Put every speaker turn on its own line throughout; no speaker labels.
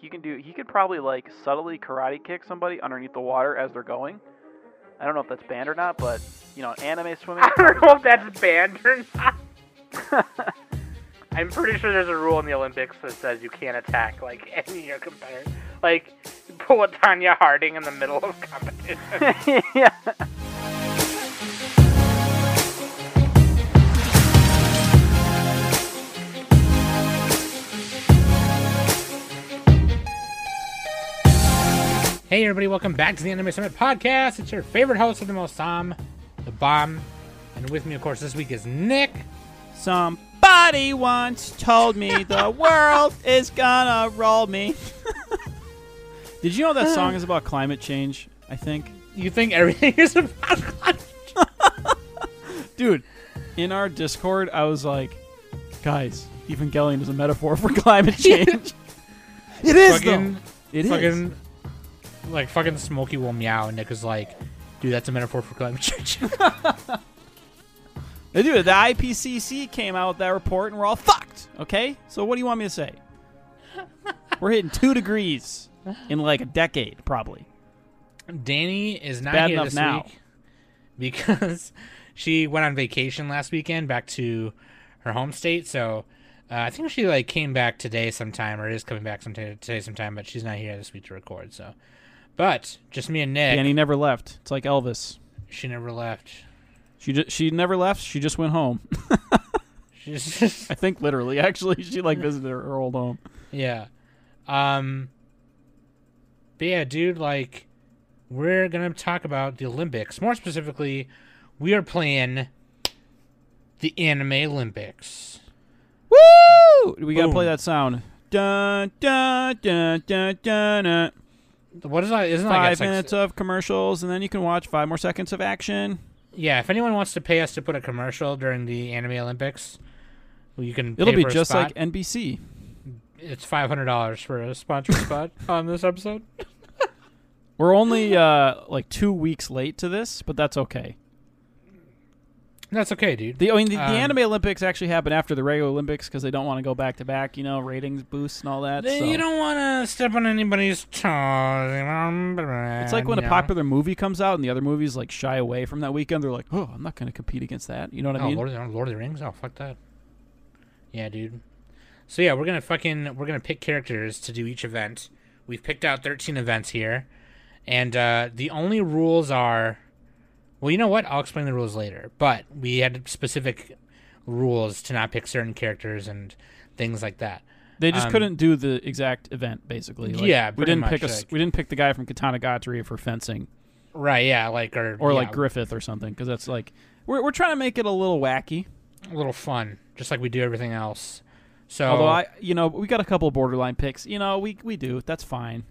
He can do. He could probably like subtly karate kick somebody underneath the water as they're going. I don't know if that's banned or not, but you know, anime swimming.
I don't know if that's banned or not. I'm pretty sure there's a rule in the Olympics that says you can't attack like any of your competitor. Like pull a Tanya Harding in the middle of competition.
Ah.
yeah.
Hey everybody, welcome back to the Anime Summit Podcast. It's your favorite host of the most Sam, the bomb. And with me, of course, this week is Nick.
Somebody once told me the world is gonna roll me. Did you know that song is about climate change? I think.
You think everything is about
Dude, in our Discord, I was like, guys, Evangelion is a metaphor for climate change. it is, though.
fucking
It is.
fucking like fucking Smokey will meow and Nick is like, dude, that's a metaphor for climate change.
Dude, the IPCC came out with that report and we're all fucked, okay? So what do you want me to say? we're hitting two degrees in like a decade, probably.
Danny is not
bad
here
enough
this
now.
week because she went on vacation last weekend back to her home state. So uh, I think she like came back today sometime or is coming back sometime today sometime, but she's not here this week to record. So, but just me and Nick.
Danny never left. It's like Elvis.
She never left.
She ju- she never left. She just went home.
She just
I think literally, actually, she like visited her, her old home.
yeah. Um. But yeah, dude, like, we're gonna talk about the Olympics. More specifically, we are playing the anime Olympics.
Woo! We gotta
Boom.
play that sound. Dun dun dun dun dun. dun.
What is that? Isn't that like,
Five
it's like-
minutes of commercials, and then you can watch five more seconds of action.
yeah, if anyone wants to pay us to put a commercial during the anime Olympics, well, you can.
It'll
pay
be
for a
just
spot.
like NBC.
it's five hundred dollars for a sponsor spot on this episode.
We're only uh, like two weeks late to this, but that's okay.
That's okay, dude.
The I mean, the,
Um,
the anime Olympics actually happen after the regular Olympics because they don't want to go back to back. You know, ratings boosts and all that.
They-
so.
You don't want to step on anybody's toes.
It's
It's
like when a popular movie comes out and the other movies like shy away from that weekend. They're like, "Oh, I'm not going to compete against that." You know what I
Oh,
mean?
Lord, of the- Lord of the Rings. Oh, fuck that. Yeah, dude. So yeah, we're gonna fucking we're gonna pick characters to do each event. We've picked out thirteen events here, and uh, the only rules are, well, you know what? I'll explain the rules later. But we had specific rules to not pick certain characters and things like that.
They just
Um,
couldn't do the exact event, basically. Like,
Yeah,
we
pretty
didn't
much,
pick us.
like-
we didn't pick the guy from Katana Gatari for fencing,
Right? Yeah, like or
or like
yeah,
Griffith or something, because that's like we're we're trying to make it a little wacky.
a little fun, just like we do everything else. So
Although I, you know, we got a couple borderline picks. You know, we we do. That's fine.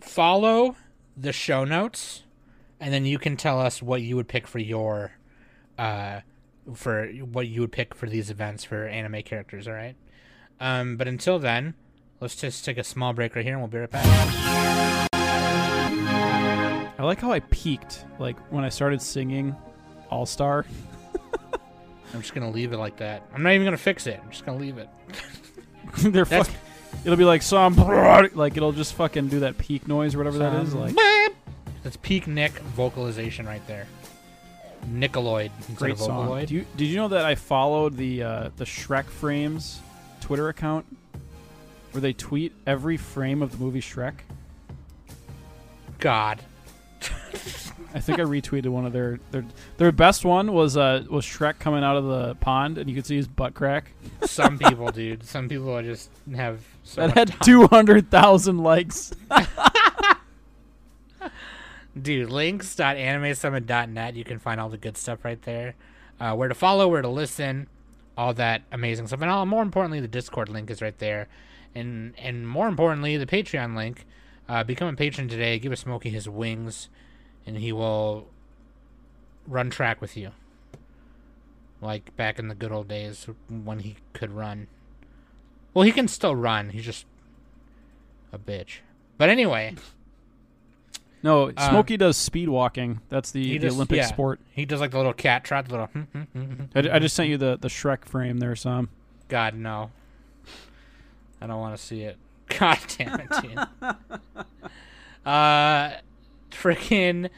follow the show notes and then you can tell us what you would pick for your uh for what you would pick for these events for anime characters all right um but until then let's just take a small break right here and we'll be right back
I like how I peaked, like when I started singing All Star.
i'm just gonna leave it like that i'm not even gonna fix it i'm just gonna leave it
They're
That's-
fuck, It'll be like some like it'll just fucking do that peak noise or whatever that is. Like
that's peak nick vocalization right there nickoloid instead
great
of
song.
vocaloid
Do you, did you know that I followed the uh, the Shrek Frames Twitter account, where they tweet every frame of the movie Shrek?
god
I think I retweeted one of their their their best one was uh was Shrek coming out of the pond and you could see his butt crack.
some people dude some people are just have so
That
much
had two hundred thousand likes.
Dude, links.animesummit.net. You can find all the good stuff right there. Uh, where to follow, where to listen, all that amazing stuff. And all, more importantly, the Discord link is right there. And and more importantly, the Patreon link. Uh, become a patron today. Give a Smokey his wings, and he will run track with you. Like back in the good old days when he could run. Well, he can still run. He's just a bitch. But anyway.
No,
Uh,
Smokey does speed walking. That's the,
He
the
just-
Olympic
yeah.
sport.
He does like the little cat trot, the little. "Hmm, hmm, hmm, hmm."
I, I just sent you the the Shrek frame there, Sam.
God no. I don't want to see it. God damn it, dude. uh, freaking,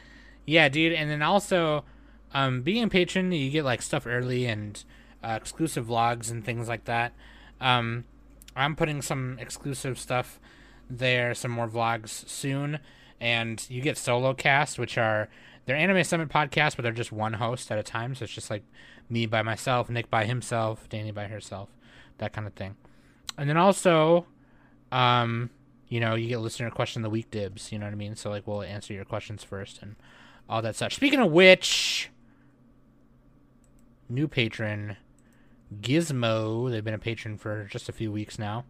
yeah, dude. And then also, um, being a patron, you get like stuff early and uh, exclusive vlogs and things like that. Um, I'm putting some exclusive stuff there, some more vlogs soon, and you get solo casts, which are they're Anime Summit podcasts, but they're just one host at a time. So it's just like me by myself, Nick by himself, Danny by herself, that kind of thing. And then also, um, you know, you get listener question of the week dibs. You know what I mean? So like, we'll answer your questions first and all that such. Speaking of which, new patron Gizmo. They've been a patron for just a few weeks now.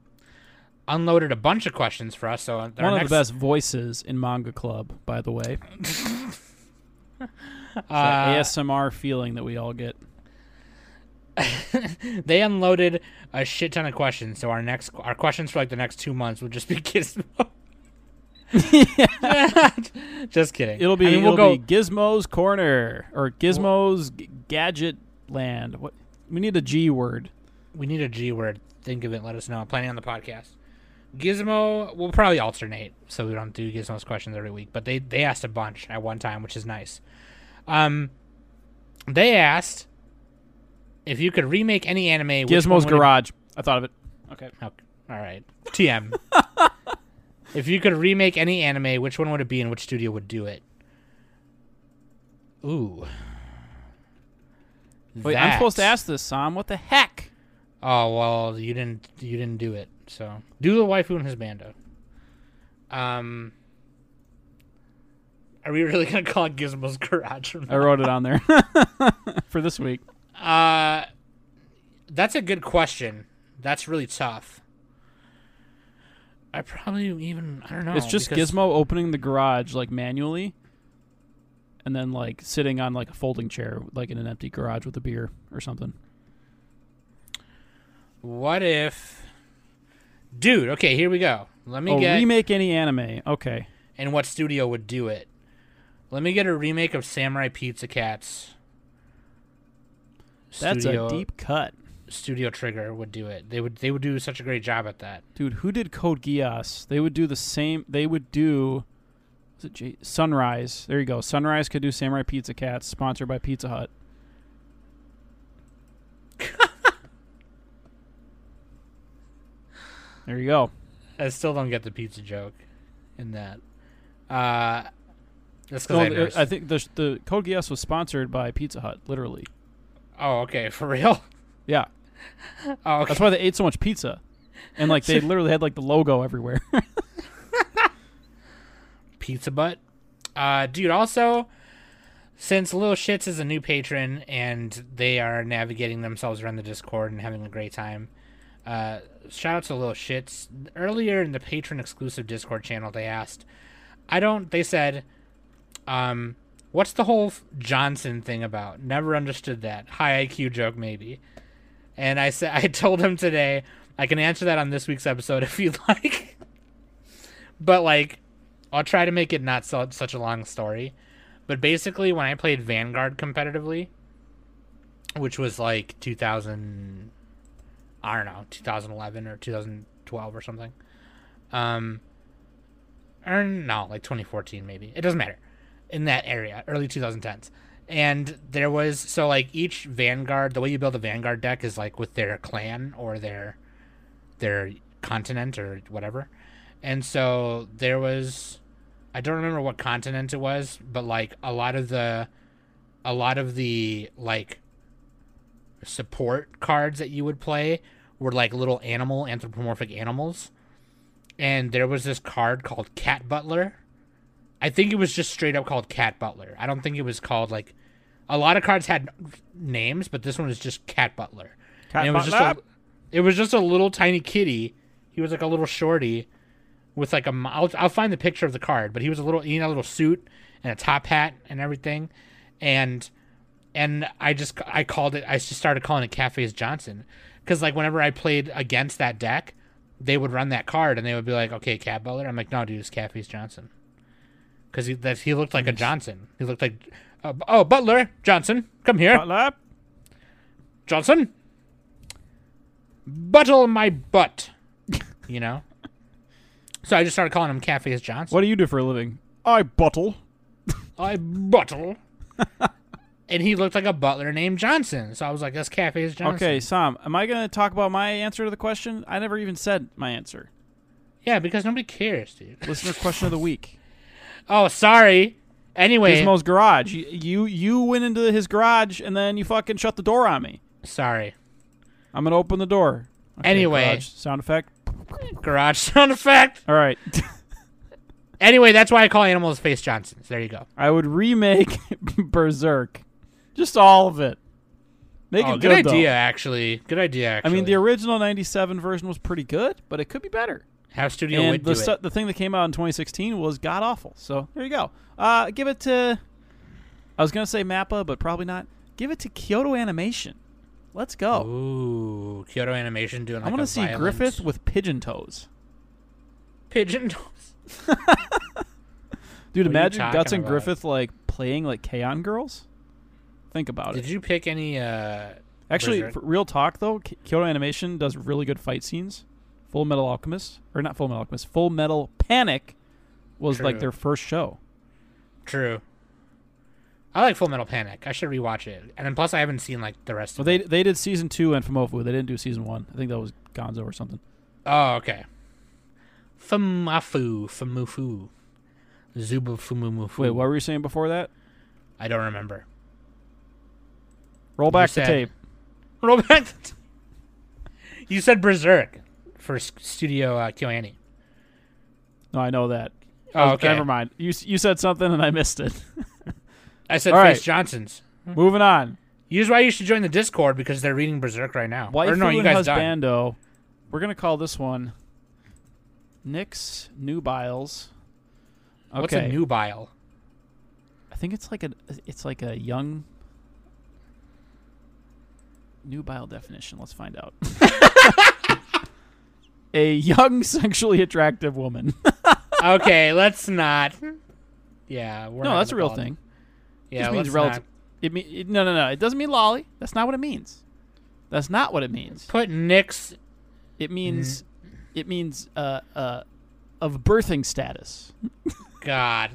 Unloaded a bunch of questions for us. So
One of the best voices in Manga Club, by the way.
best.
That ASMR feeling that we all get.
they unloaded a shit ton of questions. So our next our questions for like the next two months will just be Gizmo. just kidding.
It'll be
I mean,
it'll
we'll go.
be Gizmo's corner or Gizmo's G- gadget land. What we need a G word.
we need a G word. Think of it. Let us know. I'm planning on the podcast. Gizmo will probably alternate, so we don't do Gizmo's questions every week. But they they asked a bunch at one time, which is nice. Um, they asked if you could remake any anime. which one
Gizmo's
would it
garage. I thought of it. Okay.
Okay. All right. TM. if you could remake any anime, which one would it be and which studio would do it? Ooh.
Wait, I'm
That-
supposed to ask this, Sam. What the heck?
Oh well, you didn't. You didn't do it. So do the waifu and his bando. Um, are we really gonna call it Gizmo's garage? or
I
not?
wrote it on there for this week.
Uh, that's a good question. That's really tough. I probably even I don't know.
it's just
Oh, because-
Gizmo opening the garage like manually, and then like sitting on like a folding chair, like in an empty garage with a beer or something.
What if, dude? Okay, here we go. Let me
Oh,
get
remake any anime? Okay.
and what studio would do it. Let me get a remake of Samurai Pizza Cats.
That's
studio,
a deep cut,
Studio Trigger would do it. They would they would do such a great job at that.
dude. Who did Code Geass? They would do the same. They would do. Was it J- Sunrise? There you go. Sunrise could do Samurai Pizza Cats, sponsored by Pizza Hut. there you go.
I still don't get the pizza joke in that. Uh, that's because
No,
I,
th-
never s-
er, I think the the Code Geass was sponsored by Pizza Hut, literally.
Oh, okay, for real.
Yeah,
Oh, okay.
that's why they ate so much pizza, and like they literally had like the logo everywhere.
pizza butt. Uh, dude, also, since Little Shits is a new patron and they are navigating themselves around the Discord and having a great time, uh, shout out to Little Shits. Earlier in the patron exclusive Discord channel, they asked, I don't, they said, um, what's the whole f- Johnson thing about? Never understood that. High IQ joke, maybe. And I said, I told him today, I can answer that on this week's episode if you'd like. but like, I'll try to make it not so, such a long story. But basically, when I played Vanguard competitively, which was like 2000, I don't know, 2011 or 2012 or something, um, or no, like 2014 maybe. It doesn't matter. In that area, early 2010s. And there was, so like each Vanguard, the way you build a Vanguard deck is like with their clan or their their continent or whatever. And so there was I don't remember what continent it was, but like a lot of the a lot of the like support cards that you would play were like little animal anthropomorphic animals. And there was this card called Cat Butler. I think it was just straight up called Cat Butler. I don't think it was called like a lot of cards had names, but this one was just Cat Butler.
Cat
And it was just
Butler?
a, it was just a little tiny kitty. He was like a little shorty with like a m- I'll, I'll find the picture of the card, but he was a little he had a little suit and a top hat and everything, and and I just I called it I just started calling it Cafes Johnson because like whenever I played against that deck, they would run that card and they would be like, okay, Cat Butler. I'm like, no, dude, it's Cafes Johnson because he that he looked like a Johnson. He looked like uh, oh Butler Johnson, come here.
Butler?
Johnson, buttle my butt. You know, So I just started calling him Catface Johnson.
What do you do for a living? I bottle.
I buttle. and he looked like a butler named Johnson. So I was like, that's Catface Johnson.
Okay, Sam, am I going to talk about my answer to the question? I never even said my answer.
Yeah, because nobody cares, dude.
Listener question of the week.
Oh, sorry. Anyway,
Gizmo's garage. You, you you went into his garage and then you fucking shut the door on me.
sorry.
I'm gonna open the door. Okay,
Anyway.
garage, sound effect.
Garage sound effect.
All right,
Anyway, that's why I call animals face Johnsons. There you go.
I would remake Berserk, just all of it. Make
Oh,
it
good
good, though.
idea, actually. Good idea,
I
actually.
mean, the original '97 version was pretty good, but it could be better.
How Studio
and
would
the
do
stu-
it.
the thing that came out in 2016 was god awful. So there you go. Uh, give it to. I was gonna say Mappa, but probably not. Give it to Kyoto Animation. Let's go.
Ooh, Kyoto Animation doing.
oh. I
Like
want
a
to see
violent-
Griffith with pigeon toes.
pigeon toes.
Dude,
What are you
imagine
talking
Guts and
about?
Griffith like playing like K-On! girls. Think about
Did
it.
you pick any? uh
Actually,
Berserk?
for real talk though, K- Kyoto Animation does really good fight scenes. Full Metal Alchemist, or not Full Metal Alchemist, Full Metal Panic was like
True.
their first show.
True. I like Full Metal Panic. I should rewatch it. And then plus, I haven't seen like the rest
Well,
of.
they they did season two and Fumofu. They didn't do season one. I think that was Gonzo or something.
Oh, okay. Fumafu, Famufu, Zuba Fumumufu.
Wait, what were you saying before that?
I don't remember.
Roll back the
said-
tape.
Roll back. The t- you said Berserk for s- Studio uh, KyoAni.
No, I know that.
Oh, okay.
Never mind. You s- you said something and I missed it.
I said
All
Face
right.
Johnson's.
Moving on.
Here's why you should join the Discord because they're reading Berserk right now.
Waifu
or no, you
and
guys done.
husbando. We're gonna call this one Nick's Nubiles. Okay.
What's a nubile?
I think it's like a it's like a young nubile definition. Let's find out. a young sexually attractive woman.
okay, let's not. Yeah, we're
no,
not
that's a
gonna
real
call it-
thing.
Yeah,
just means
let's
relative.
not
It mean it, no, no, no. It doesn't mean lolly. That's not what it means. That's not what it means.
put Mm-hmm. Nick's.
It means it means uh uh of birthing status.
God.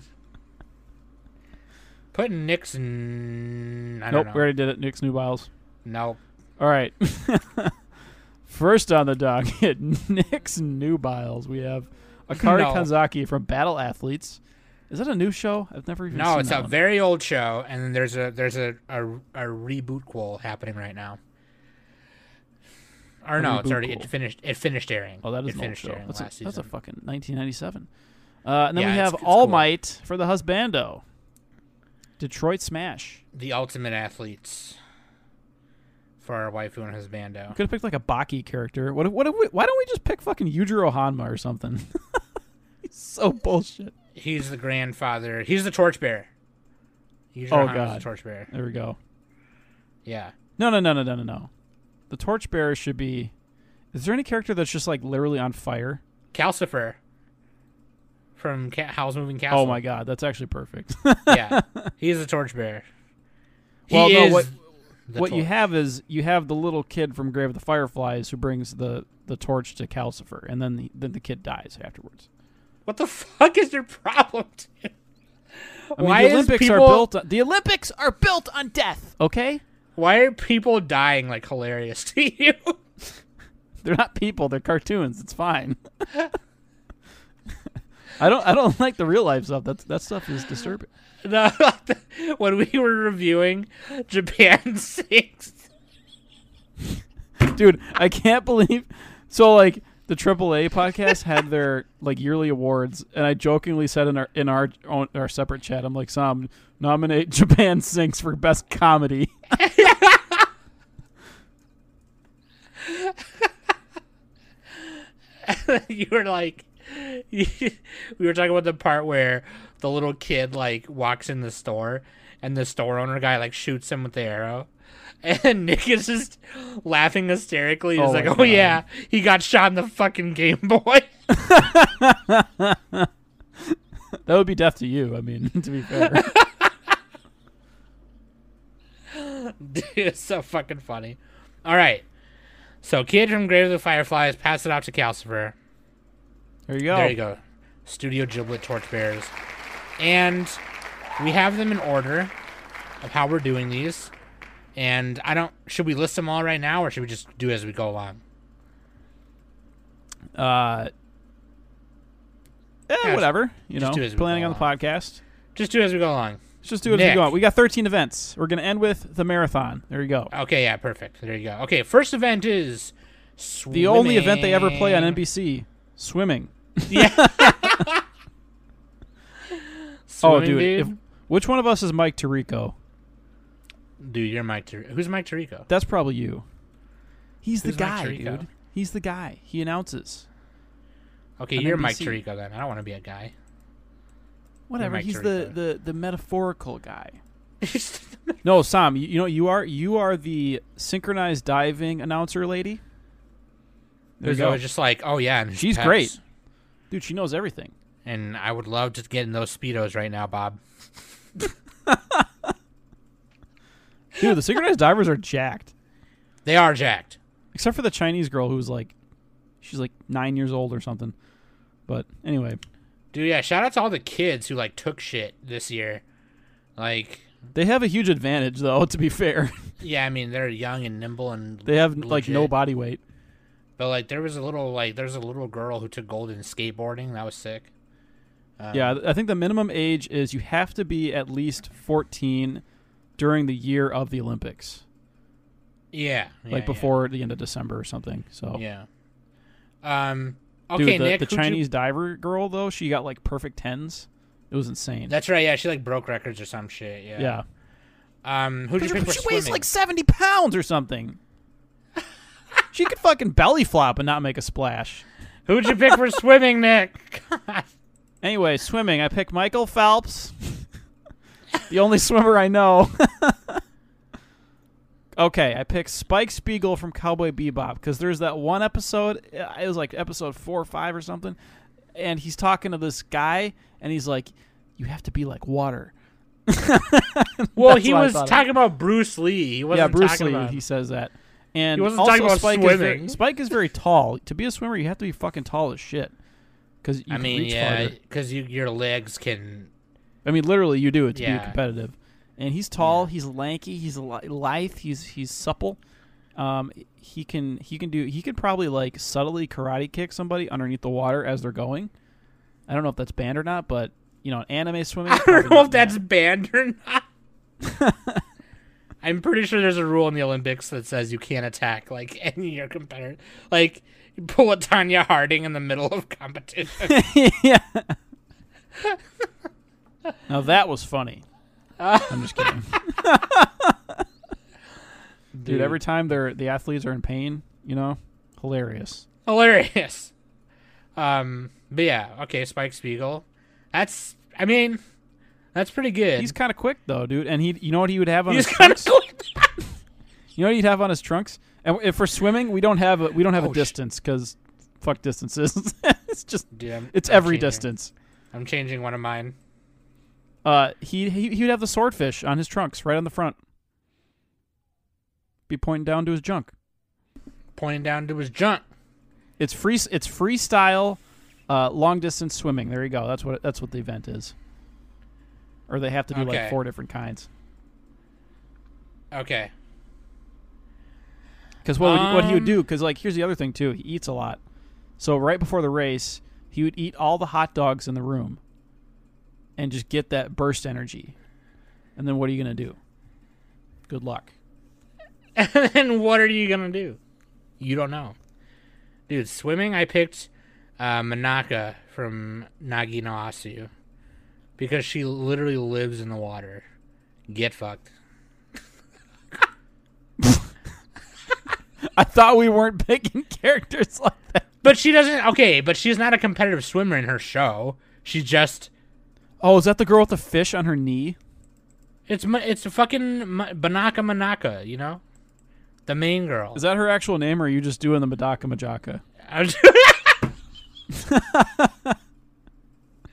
Put Nick's. N- I don't
Nope,
know.
we already did it. Nick's nubiles.
No.
All right. First on the docket, Nick's nubiles. We have Akari
No.
Kanzaki from Battle Athletes. Is that a new show? I've never even
No,
seen
it's
that
a
one.
very old show, and then there's a there's a a, a reboot qual happening right now. Or
A
no, it's
reboot
already
qual.
it finished it finished airing.
Oh, that is an
it
old
finished
show.
airing
That's a,
last
that's a
season.
fucking 1997. Uh, and then
Yeah,
we
it's-
have
it's
All
cool.
Might for the Husbando. Detroit Smash.
the Ultimate Athletes for our waifu and his bando.
Could have picked like a Baki character. What? If, what? If we, why don't we just pick fucking Yujiro Hanma or something? He's so bullshit.
He's the grandfather. He's the torchbearer. He's
Oh,
Rohan's
God.
the torchbearer.
There we go.
Yeah.
No, no, no, no, no, no, no. The torchbearer should be. Is there any character that's just like literally on fire?
Calcifer from Ca- Howl's Moving Castle.
Oh my god, that's actually perfect.
yeah. He's the torchbearer. He
Well, no,
is
what-
the
what you
torch.
have is you have the little kid from Grave of the Fireflies who brings the the torch to Calcifer, and then the, then the kid dies afterwards.
What the fuck is your problem? Dude?
I mean,
Why
the
is
Olympics
people,
are built. On, the Olympics are built on death. Okay,
Why are people dying like hilarious to you?
they're not people. They're cartoons. It's fine. I don't. I don't like the real life stuff. That that stuff is disturbing.
The- when we were reviewing Japan Six,
dude i can't believe so like the AAA podcast had their like yearly awards, and I jokingly said in our in our own, our separate chat, I'm like, "Some nominate Japan Sinks for best comedy."
you were like, we were talking about the part where the little kid like walks in the store, and the store owner guy like shoots him with the arrow. And Nick is just laughing hysterically. He's
Oh
like,
my
"Oh
God.
yeah, he got shot in the fucking Game Boy."
That would be death to you. I mean, to be fair,
Dude, it's so fucking funny. All right. So, Kid from Grave of the Fireflies passed it off to Calcifer.
There you go.
There you go. Studio Giblet Torchbearers. And we have them in order of how we're doing these. And I don't. Should we list them all right now, or should we just do as we go along?
Uh, eh,
Yeah,
whatever. You know,
just do as we
planning
go
on the podcast.
Just do as we go along.
Let's just do it as we
Nick.
go. on. We got 13 events. We're going to end with the marathon. There you go.
Okay, yeah, perfect. There you go. Okay, first event is
The only event they ever play on
swimming.
NBC, swimming.
Yeah.
oh,
Swimming,
dude. If, which one of us is Mike Tirico?
dude, you're Mike. Ter- Who's Mike Tirico?
That's probably you. He's
Who's
the
Mike
guy,
Tirico?
dude. He's the guy. He announces.
Okay,
on
you're Mike
NBC.
Tirico then. I don't want to be a guy.
Whatever.
Mike
He's the,
Tirico.
the, the metaphorical guy. No, Sam. You, you know you are you are the synchronized diving announcer lady. There
There's
you go.
always just like, oh yeah, and his
She's
pecs.
great. Dude, she knows everything.
And I would love to get in those speedos right now, Bob.
Dude, the synchronized divers are jacked.
They are jacked.
Except for the Chinese girl who's like she's like nine years old or something. But anyway.
Dude, yeah. Shout out to all the kids who like took shit this year. Like,
They have a huge advantage though, to be fair.
yeah, I mean they're young and nimble and
They have like no
legit.
body weight.
But like there was a little like there's a little girl who took gold in skateboarding. That was sick. Um,
Yeah, I think the minimum age is you have to be at least fourteen during the year of the Olympics.
Yeah. yeah,
like
yeah,
before the end of December or something. So
Yeah. Um. Okay,
Dude, the,
Nick.
the
who'd you-
Chinese diver girl though, she got like perfect tens. It was insane.
That's right. Yeah, she like broke records or some shit. Yeah.
yeah.
Um. Who'd you pick for
she weighs
swimming?
like 70 pounds or something. she could fucking belly flop and not make a splash.
Who'd you pick for swimming, Nick? God.
Anyway, swimming, I picked Michael Phelps. the only swimmer I know. okay, I picked Spike Spiegel from Cowboy Bebop because there's that one episode, uh, it was like episode four or five or something, and he's talking to this guy, and he's like, You have to be like water.
Well,
That's
he
what I
was
thought of.
talking about Bruce Lee. He
yeah,
wasn't
Bruce
talking
Lee.
about.
He says that, and
He wasn't
also
talking about
Spike Is very,
swimming.
Spike is very tall. To be a swimmer, you have to be fucking tall as shit. Because you
I
can
mean,
reach
yeah,
farther.
because you, your legs can.
I mean, literally, you do it to be
Yeah.
competitive. And he's tall. He's lanky. He's li- lithe. He's he's supple. Um, he can he can do he could probably like subtly karate kick somebody underneath the water as they're going. I don't know if that's banned or not, but you know, anime swimming. is
I don't
probably
know
not
if that's
banned.
banned or not. I'm pretty sure there's a rule in the Olympics that says you can't attack like any of your competitor. Like you pull a Tanya Harding in the middle of competition.
yeah. now that was funny. I'm just kidding, dude. Every time they're the athletes are in pain, you know, hilarious.
hilarious. Um, but yeah, okay, Spike Spiegel. That's I mean, that's pretty good.
He's kind of quick though, dude. And he, you know what he would have on
He's
his
kind of
trunks? You know what he'd have on his trunks? And if for swimming, we don't have a we don't have
Oh,
a
sh-
distance because fuck distances. it's just
Dude, I'm-
it's
I'm
every
changing-
distance.
I'm changing one of mine.
Uh, he he he would have the swordfish on his trunks right on the front. Be pointing down to his junk.
Pointing down to his junk.
It's free. It's freestyle, uh, long distance swimming. There you go. That's what that's what the event is. Or they have to do like
Okay.
four different kinds.
Okay.
Because what would, what he would
Um,
do? Because like here's the other thing too. He eats a lot. So right before the race, he would eat all the hot dogs in the room. And just get that burst energy. And then what are you gonna do? Good luck.
and then what are you gonna do? You don't know, dude. Swimming, I picked uh, Manaka from Nagi no Asu because she literally lives in the water. Get fucked.
I thought we weren't picking characters like that.
But she doesn't. Okay, but she's not a competitive swimmer in her show. She's just
Oh, is that the girl with the fish on her knee?
it's ma- it's a fucking ma- Banaka Manaka, you know, the main girl.
Is that her actual name, or are you just doing the Madaka Majaka?
I'm just-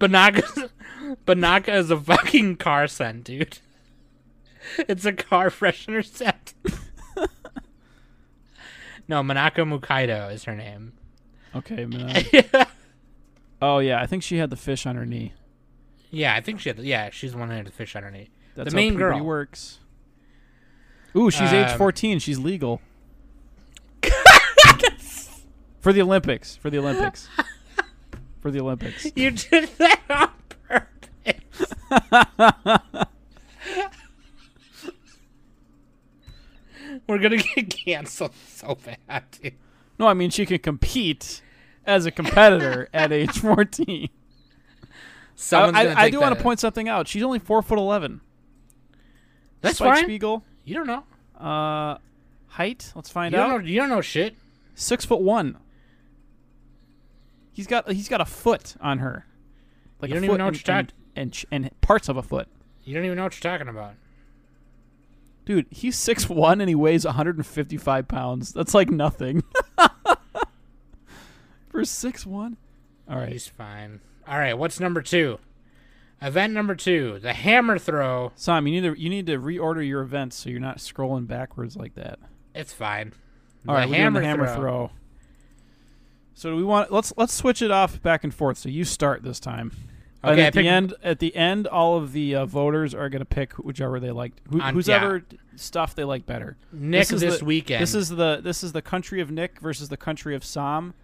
Banaka, Banaka is a fucking car scent, dude. It's a car freshener scent. no, Manaka Mukaido is her name.
Okay, man. Oh yeah, I think she had the fish on her knee.
Yeah, I think she had. The, yeah, she's the one who had the fish on her knee.
That's
the main
how puberty
girl.
works. Ooh, she's age
Um,
14. She's legal. for the Olympics. For the Olympics. For the Olympics.
You did that on purpose. We're gonna get canceled so bad, dude.
No, I mean she can compete as a competitor at age 14. Uh, I,
Someone's gonna
I- I
take
do want
that-
to point something out. She's only four foot 11.
That's
Spike
fine.
Spiegel.
You don't know.
Uh, height. Let's
You
find
don't
out.
know. You don't know shit.
Six foot one. He's got he's got a foot on her. Like
You
a
don't even
foot
know what
and,
you're
and, and sh- and parts of a foot.
You don't even know what you're talking about.
Dude, he's six one and he weighs 155 pounds. That's like nothing. For six one. All right.
He's fine. All right. What's number two? Event number two: the hammer throw.
Sam, you need to you need to reorder your events so you're not scrolling backwards like that.
It's fine.
All right, we're doing the hammer throw. So do we want let's let's switch it off back and forth. So you start this time. and
Okay, I
at
pick-
the end, at the end, all of the uh, voters are going to pick whichever they liked, who,
On-
who's
yeah.
ever stuff they like better.
Nick this,
is the-
weekend.
This is the this is the country of Nick versus the country of Sam.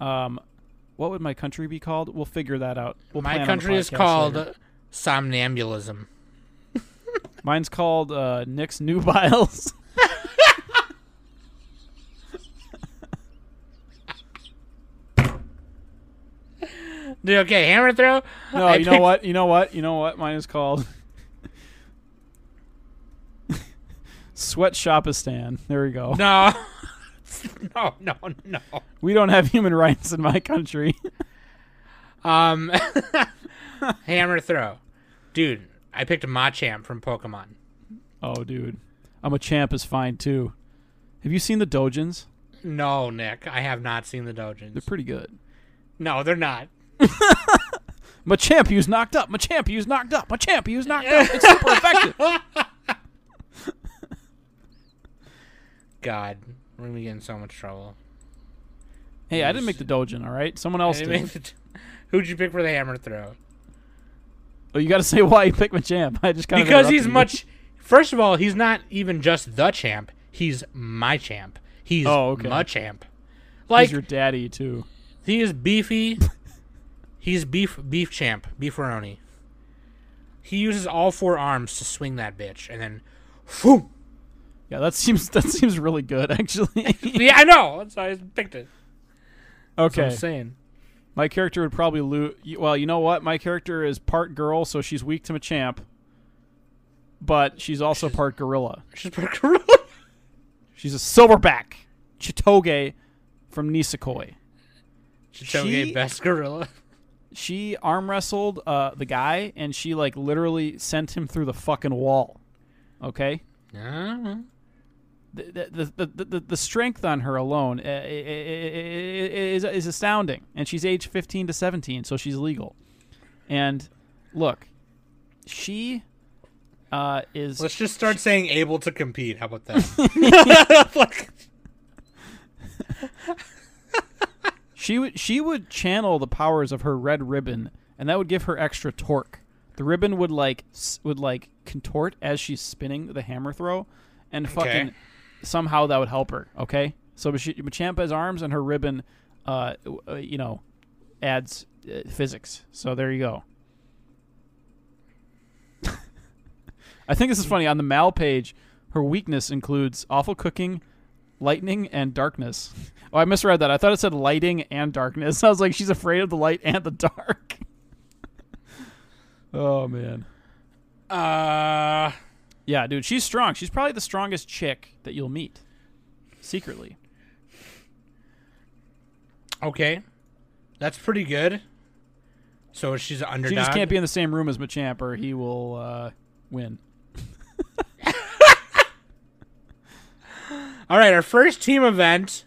Um, what would my country be called? We'll figure that out. We'll plan
my
on the
country is
podcast
called
later.
somnambulism.
Mine's called uh, Nick's Nubiles.
Dude, okay, hammer throw.
No,
I
you know
picked-
what? You know what? You know what? Mine is called Sweatshopistan. There we go.
No, no, no, no.
We don't have human rights in my country.
Um, hammer throw, dude. I picked Machamp from Pokemon.
oh, dude, I'm a champ is fine too. Have you seen the Dojins?
No, Nick, I have not seen the Dojins.
They're pretty good.
no, they're not.
My champ, he was knocked up. My champ, he was knocked up. My champ, he was knocked up. It's super effective.
God, we're gonna get in so much trouble.
Hey, I didn't make the Dojin. All right, someone else
I
did.
mean, who'd you pick for the hammer throw?
oh, you got to say why you picked my champ. I just kind
Because he's much. First of all, he's not even just the champ. He's my champ. He's
Oh, okay.
my champ.
He's
Like
your daddy too.
He is beefy. He's beef beef champ, beefaroni. He uses all four arms to swing that bitch, and then, phoom.
Yeah, that seems that seems really good actually.
Yeah, I know. That's why I picked it. That's what
okay.
I'm saying.
My character would probably lose. Well, you know what? My character is part girl, so she's weak to Machamp, but she's also part gorilla.
She's pretty cool.
She's a silverback Chitoge from Nisekoi.
Chitoge,
She-
best gorilla.
She arm wrestled uh, the guy, and she like literally sent him through the fucking wall. Okay,
Yeah.
the the the, the, the, the strength on her alone uh, i- i- i- i- is is astounding, and she's age fifteen to seventeen, so she's legal. And look, she uh, is
Let's just start saying able to compete. How about that? Like,
She would she would channel the powers of her red ribbon, and that would give her extra torque. The ribbon would like s- would like contort as she's spinning the hammer throw, and fucking somehow that would help her. Okay, so she, Machampa's arms and her ribbon, uh, w- uh, you know, adds uh, physics. So there you go. I think this is funny. On the Mal page, her weakness includes awful cooking, lightning, and darkness. Oh, I misread that. I thought it said lighting and darkness. I was like, she's afraid of the light and the dark. oh man.
uh,
Yeah, dude, she's strong. She's probably the strongest chick that you'll meet. Secretly.
okay, that's pretty good. So she's an underdog.
She just can't be in the same room as Machamp or he will uh, win.
All right, our first team event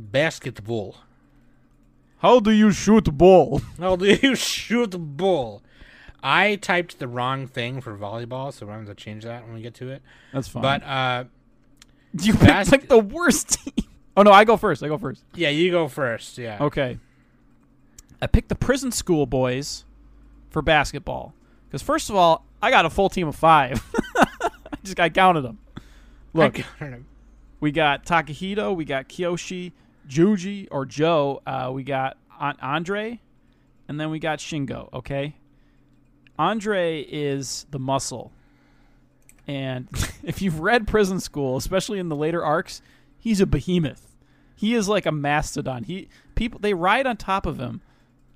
basketball.
How do you shoot ball?
Oh, do you shoot the ball? I typed the wrong thing for volleyball, so we're going to change that when we get to it.
That's fine.
But uh,
you
bas-
picked like the worst team. Oh no, I go first. I go first.
yeah, you go first. Yeah.
Okay. I picked the prison school boys for basketball because first of all, I got a full team of five. I just I counted them. Look,
I don't know.
we got Takahito, we got Kyoshi, Juji or Joe, uh, we got An- Andre, and then we got Shingo. Okay, Andre is the muscle, and if you've read Prison School, especially in the later arcs, he's a behemoth. He is like a mastodon. He people they ride on top of him,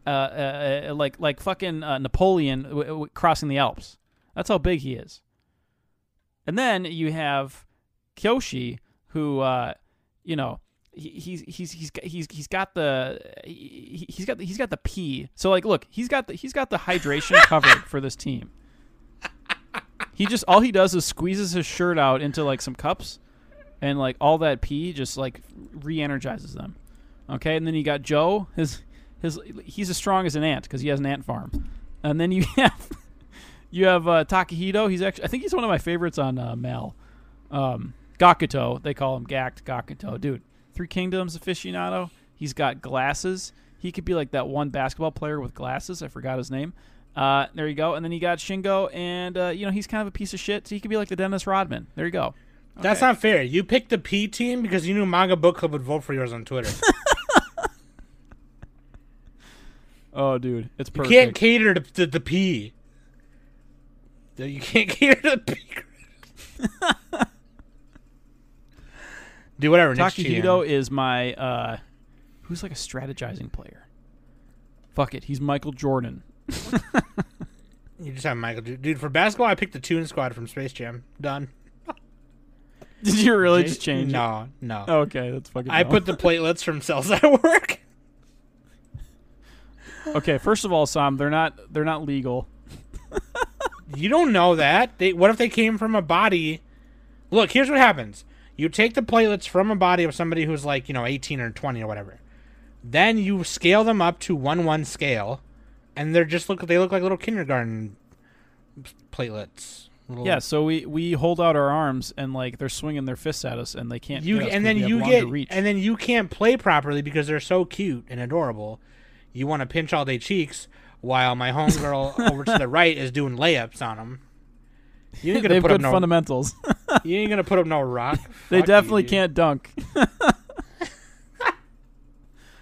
uh, uh, uh, like like fucking uh, Napoleon w- w- crossing the Alps. That's how big he is. And then you have Kyoshi, who uh, you know he, he's he's he's got- he's he's got the he, he's got the, he's got the pee. So like, look, he's got the he's got the hydration covered for this team. He just all he does is squeezes his shirt out into like some cups, and like all that pee just like re-energizes them. Okay, and then you got Joe. His his he's as strong as an ant because he has an ant farm. And then you have you have uh, Takahito. He's actually I think he's one of my favorites on uh, Mal um, Gakuto. They call him Gakt Gakuto. Dude, Three Kingdoms aficionado. He's got glasses. He could be like that one basketball player with glasses. I forgot his name. Uh, there you go. And then you got Shingo, and uh, you know he's kind of a piece of shit, so he could be like the Dennis Rodman. There you go.
That's not fair. You picked the P team because you knew Manga Book Club would vote for yours on Twitter.
Oh, dude, it's
you
perfect.
can't cater to, to the P. No, You can't cater to the P. Do whatever. next GM.
Takahito is my uh, who's like a strategizing player. Fuck it, he's Michael Jordan.
You just have Michael, dude. dude, For basketball, I picked the Toon Squad from Space Jam. Done.
Did you really just change? it?
No, no.
Okay, that's fucking.
I
dumb.
put the platelets from cells at work.
Okay, first of all, Sam, they're not they're not legal.
You don't know that. They what if they came from a body? Look, here's what happens. You take the platelets from a body of somebody who's like, you know, 18 or 20 or whatever. Then you scale them up to 1-1 scale and they're just look they look like little kindergarten platelets. Little-
Yeah, so we we hold out our arms and like they're swinging their fists at us and they can't.
You
get us
and
'cause
then
we have
you
longer
get
reach.
and then you can't play properly because they're so cute and adorable. You want to pinch all their cheeks while my homegirl over to the right is doing layups on them. You ain't gonna
they have
put up
good
no
fundamentals.
You ain't gonna put up no rock.
they
Fuck
definitely
you,
can't
dude.
dunk.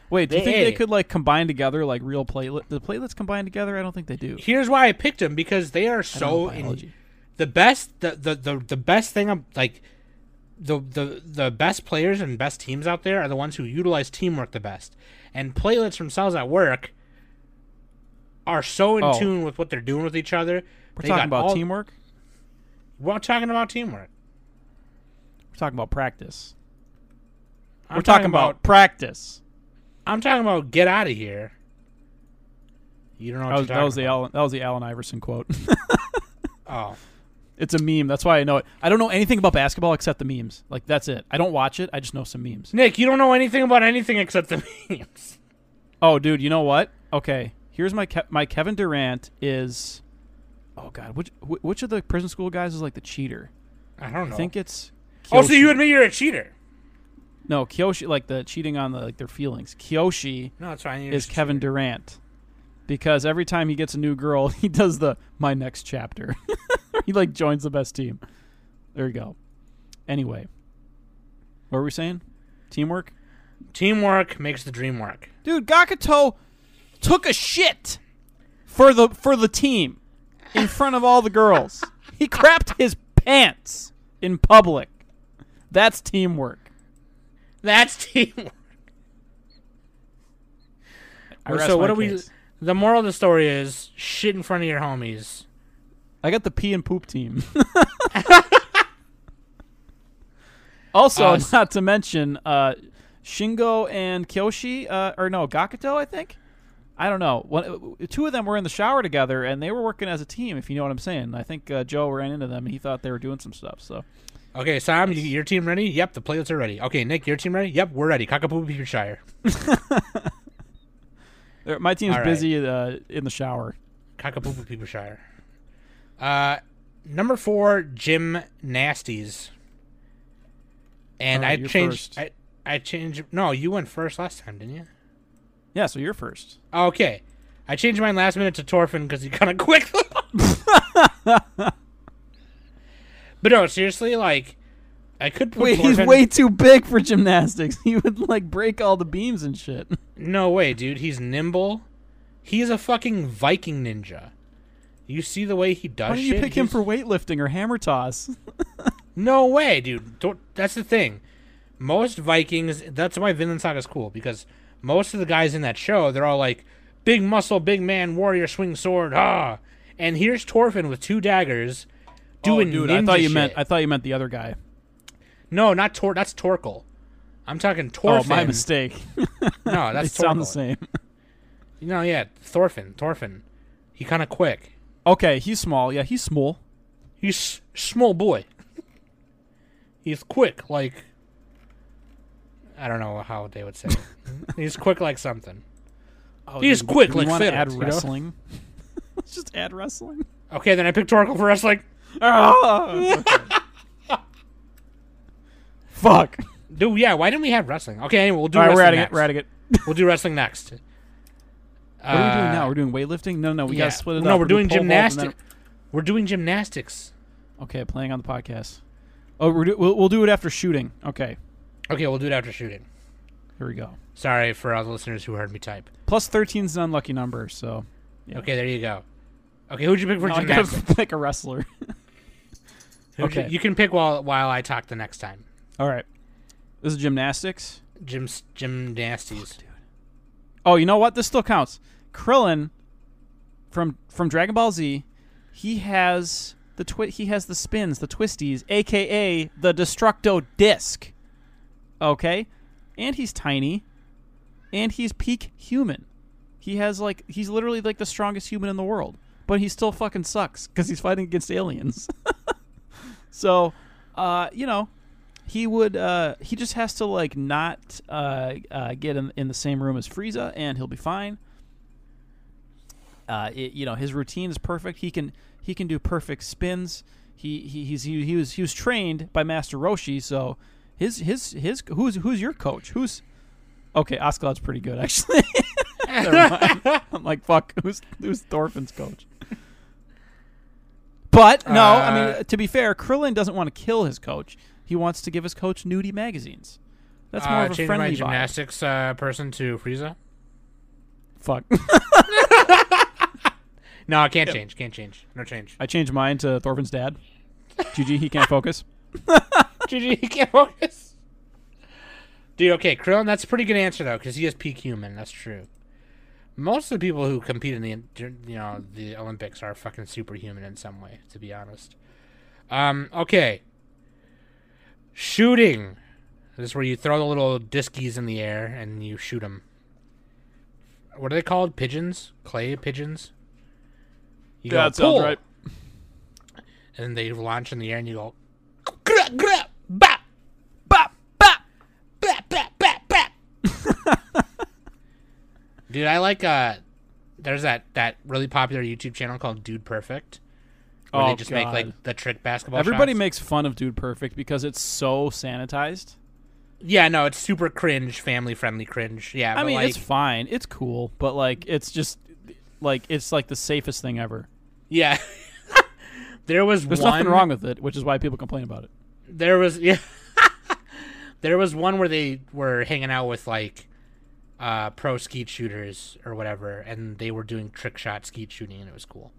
Wait, do you
They-
think they could like combine together like real platelet? The platelets combine together? I don't think they do.
Here's why I picked them because they are
I don't know
so in,
biology.
the best. The, the the the best thing I'm like the the the best players and best teams out there are the ones who utilize teamwork the best. And platelets from cells at work are so in
Oh.
tune with what they're doing with each other.
We're
They got
talking about
all-
teamwork.
We're talking about teamwork.
We're talking about practice.
I'm
We're talking about, practice.
I'm talking about get out of here. You don't know what
That was,
you're
that was the
talking
Allen, that was the Allen Iverson quote.
about. Oh.
it's a meme. That's why I know it. I don't know anything about basketball except the memes. Like that's it. I don't watch it. I just know some memes.
Nick, you don't know anything about anything except the memes.
Oh, dude, you know what? Okay, here's my Ke- my Kevin Durant is. Oh God, which wh- which of the prison school guys is like the cheater?
I don't know.
I think it's.
Oh, so
Kyoshi.
you admit you're a cheater?
No, Kyoshi like the cheating on the like their feelings. Kyoshi
No, it's fine.
is Kevin Durant because every time he gets a new girl, he does the my next chapter. he like joins the best team. There you go. Anyway, what were we saying? Teamwork,
Teamwork makes the dream work.
dude. Gakuto took a shit for the for the team in front of all the girls. he crapped his pants in public. That's teamwork.
That's teamwork.
I rest
so what
my
do we?
case.
The moral of the story is shit in front of your homies.
I got the pee and poop team. also,
Uh,
not to mention uh, Shingo and Kyoshi, uh, or no, Gakuto, I think. I don't know. One, uh, two of them were in the shower together, and they were working as a team. If you know what I'm saying, I think uh, Joe ran into them, and he thought they were doing some stuff. So
Okay, Sam, you, your team ready? Yep, the players are ready. Okay, Nick, your team ready? Yep, we're ready. Cockapoo Shire.
They're- my team's
All right.
busy uh, in the shower.
Cockapoo Shire. Uh, number four, Jim Nasties. And
All right,
I
you're
changed.
first.
I I changed. No, you went first last time, didn't you?
Yeah, so you're first.
Okay. I changed mine last minute to Torfin because he kind of quick. but no, seriously, like, I could put
Wait, he's
Torfin-
way too big for gymnastics. He would like break all the beams and shit.
No way, dude. He's nimble. He's a fucking Viking ninja. You see the way he does
Why do you
shit?
pick him
He's-
for weightlifting or hammer toss?
No way, dude. Don't- That's the thing. Most Vikings. That's why Vinland Saga is cool because most of the guys in that show they're all like big muscle, big man, warrior, swing sword, ah. And here's Torfin with two daggers, doing
Oh, dude,
ninja
I thought you
shit.
meant I thought you meant the other guy.
no, not Tor. That's Torkel. I'm talking
Oh,
Torfin.
my mistake.
No,
they
that's Torkel.
sound the same.
No, yeah, Thorfinn. Thorfinn. He kind of quick.
Okay, he's small. Yeah, he's small.
He's s- small boy. He's quick, like I don't know how they would say. It. He's quick like something.
Oh,
He's
dude,
quick
do we
like
wanna
Finn,
add
you know?
wrestling. Let's just add wrestling.
Okay, then I picked Oracle for wrestling.
Ah! Fuck.
Dude, yeah, why didn't we have wrestling? Okay, anyway, we'll do
All right,
wrestling
we're adding
next.
it. We're adding it.
We'll do wrestling next.
What are we doing now? We're doing weightlifting. No, no, we gotta split it
Uh, no,
up.
we're
Do
doing
pole vault and then-
gymnastics. We're doing gymnastics.
Okay, playing on the podcast. Oh, we're do- we'll, we'll do it after shooting. Okay,
Okay, we'll do it after shooting.
here we go.
Sorry for all the listeners who heard me type.
Plus 13 is an unlucky number, so
Okay, there you go. Okay, who'd you pick for
Now I
gymnastics?
gotta pick a wresler.
Who'd you-
okay.
you can pick while while I talk the next time.
All right, this is gymnastics.
Gym gymnasties.
Oh, you know what? This still counts. Krillin from from Dragon Ball Z, he has the twi- he has the spins, the twisties, aka the Destructo disc. Okay? And he's tiny. And he's peak human. He has like he's literally like the strongest human in the world, but he still fucking sucks cuz he's fighting against aliens. so, uh, you know, he would uh he just has to like not uh, uh get in, in the same room as Frieza and he'll be fine. Uh it, you know, his routine is perfect. He can he can do perfect spins. He he he's, he, he was he was trained by Master Roshi, so his his his who's who's your coach? Who's Okay, Oscloud's pretty good actually. Never mind. I'm like fuck, who's who's Thorfinn's coach? But no, I
Uh,
mean to be fair, Krillin doesn't want to kill his coach. He wants to give his coach nudie magazines. That's more
uh,
of a
changing
friendly
my
vibe.
gymnastics uh, person to Frieza.
Fuck.
No, I can't change. Can't change. No change.
I changed mine to Thorfinn's dad. GG, he can't focus.
GG, he can't focus. Dude, okay, Krillin. That's a pretty good answer though, because he is peak human. That's true. Most of the people who compete in the you know the Olympics are fucking superhuman in some way. To be honest. Um. Okay. Shooting. This is where you throw the little diskies in the air and you shoot them. What are they called? Pigeons? Clay pigeons? You go, "Pull!" and they launch in the air and you go grab grab bap bap bap bap bap bap bap dude i like uh there's that that really popular youtube channel called dude perfect where they
Oh,
just make
God.
like the trick basketball
Everybody
shots.
makes fun of Dude Perfect because it's so sanitized.
yeah no it's super cringe family friendly cringe yeah
I
but
mean,
like
it's fine. It's cool, but like it's just like it's like the safest thing ever.
yeah there was
There's
one
nothing wrong with it, which is why people complain about it.
there was yeah there was one where they were hanging out with like uh pro skeet shooters or whatever and they were doing trick shot skeet shooting and it was cool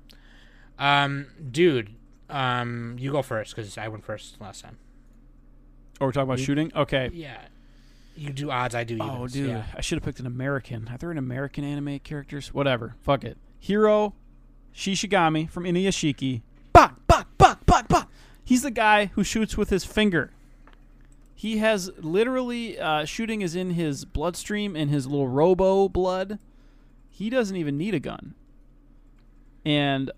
um dude um you go first because i went first last time
Oh, we're talking about shooting? Okay.
yeah you do odds i do evens.
Oh, dude,
yeah.
I should have picked an American. Are there an American anime characters? Whatever. Fuck it. Hero Shishigami from Inuyashiki. Bak, bak, bak, bak, bak. He's the guy who shoots with his finger. He has literally uh, shooting is in his bloodstream in his little robo blood. He doesn't even need a gun. And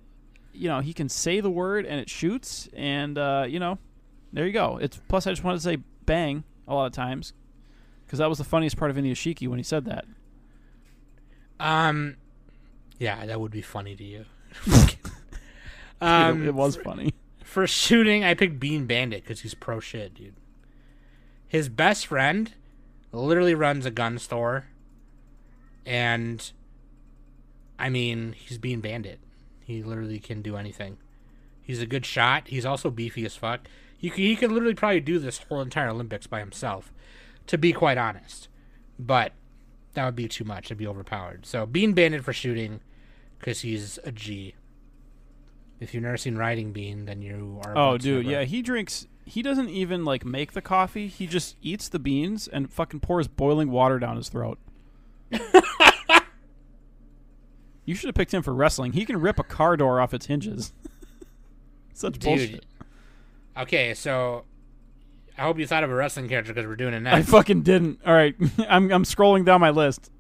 you know, he can say the word and it shoots and uh, you know, there you go. It's plus I just wanted to say bang a lot of times because that was the funniest part of Inuyashiki when he said that.
um yeah that would be funny to you
It-
um
it, was funny.
for shooting, I picked Bean Bandit because he's pro shit, dude. His best friend literally runs a gun store and I mean, he's being bandit. He literally can do anything. He's a good shot. He's also beefy as fuck. He could, he could literally probably do this whole entire Olympics by himself, to be quite honest. But that would be too much. It'd be overpowered. So being banded for shooting, because he's a G. If you've never seen Riding Bean, then you are. a
Oh,
Buck
dude,
sniffer.
yeah. He drinks. He doesn't even like make the coffee. He just eats the beans and fucking pours boiling water down his throat. you should have picked him for wrestling. He can rip a car door off its hinges. Such bullshit.
Okay, so I hope you thought of a wrestling character because we're doing it
I
next.
fucking didn't. All right, I'm I'm scrolling down my list.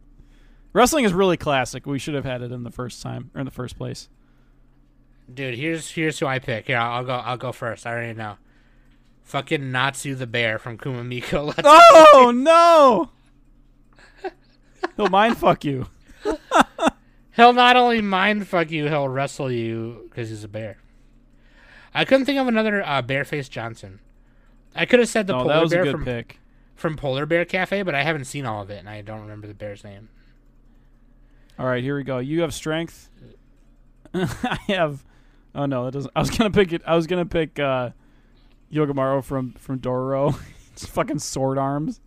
Wrestling is really classic. We should have had it in the first time or in the first place.
Dude, here's here's who I pick. Here, I'll go. I'll go first. I already know. Fucking Natsu the bear from Kumamiko. Let's
Oh no! He'll mind fuck you.
He'll not only mind fuck you, he'll wrestle you because he's a bear. I couldn't think of another uh, Bearface Johnson. I could have said the
No, that
polar
was a
bear
good
from,
pick.
from Polar Bear Cafe, but I haven't seen all of it, and I don't remember the bear's name.
All right, here we go. You have strength. I have. Oh no, that doesn't. I was gonna pick it. I was gonna pick uh, Yogamaru from from Dororo. it's fucking sword arms.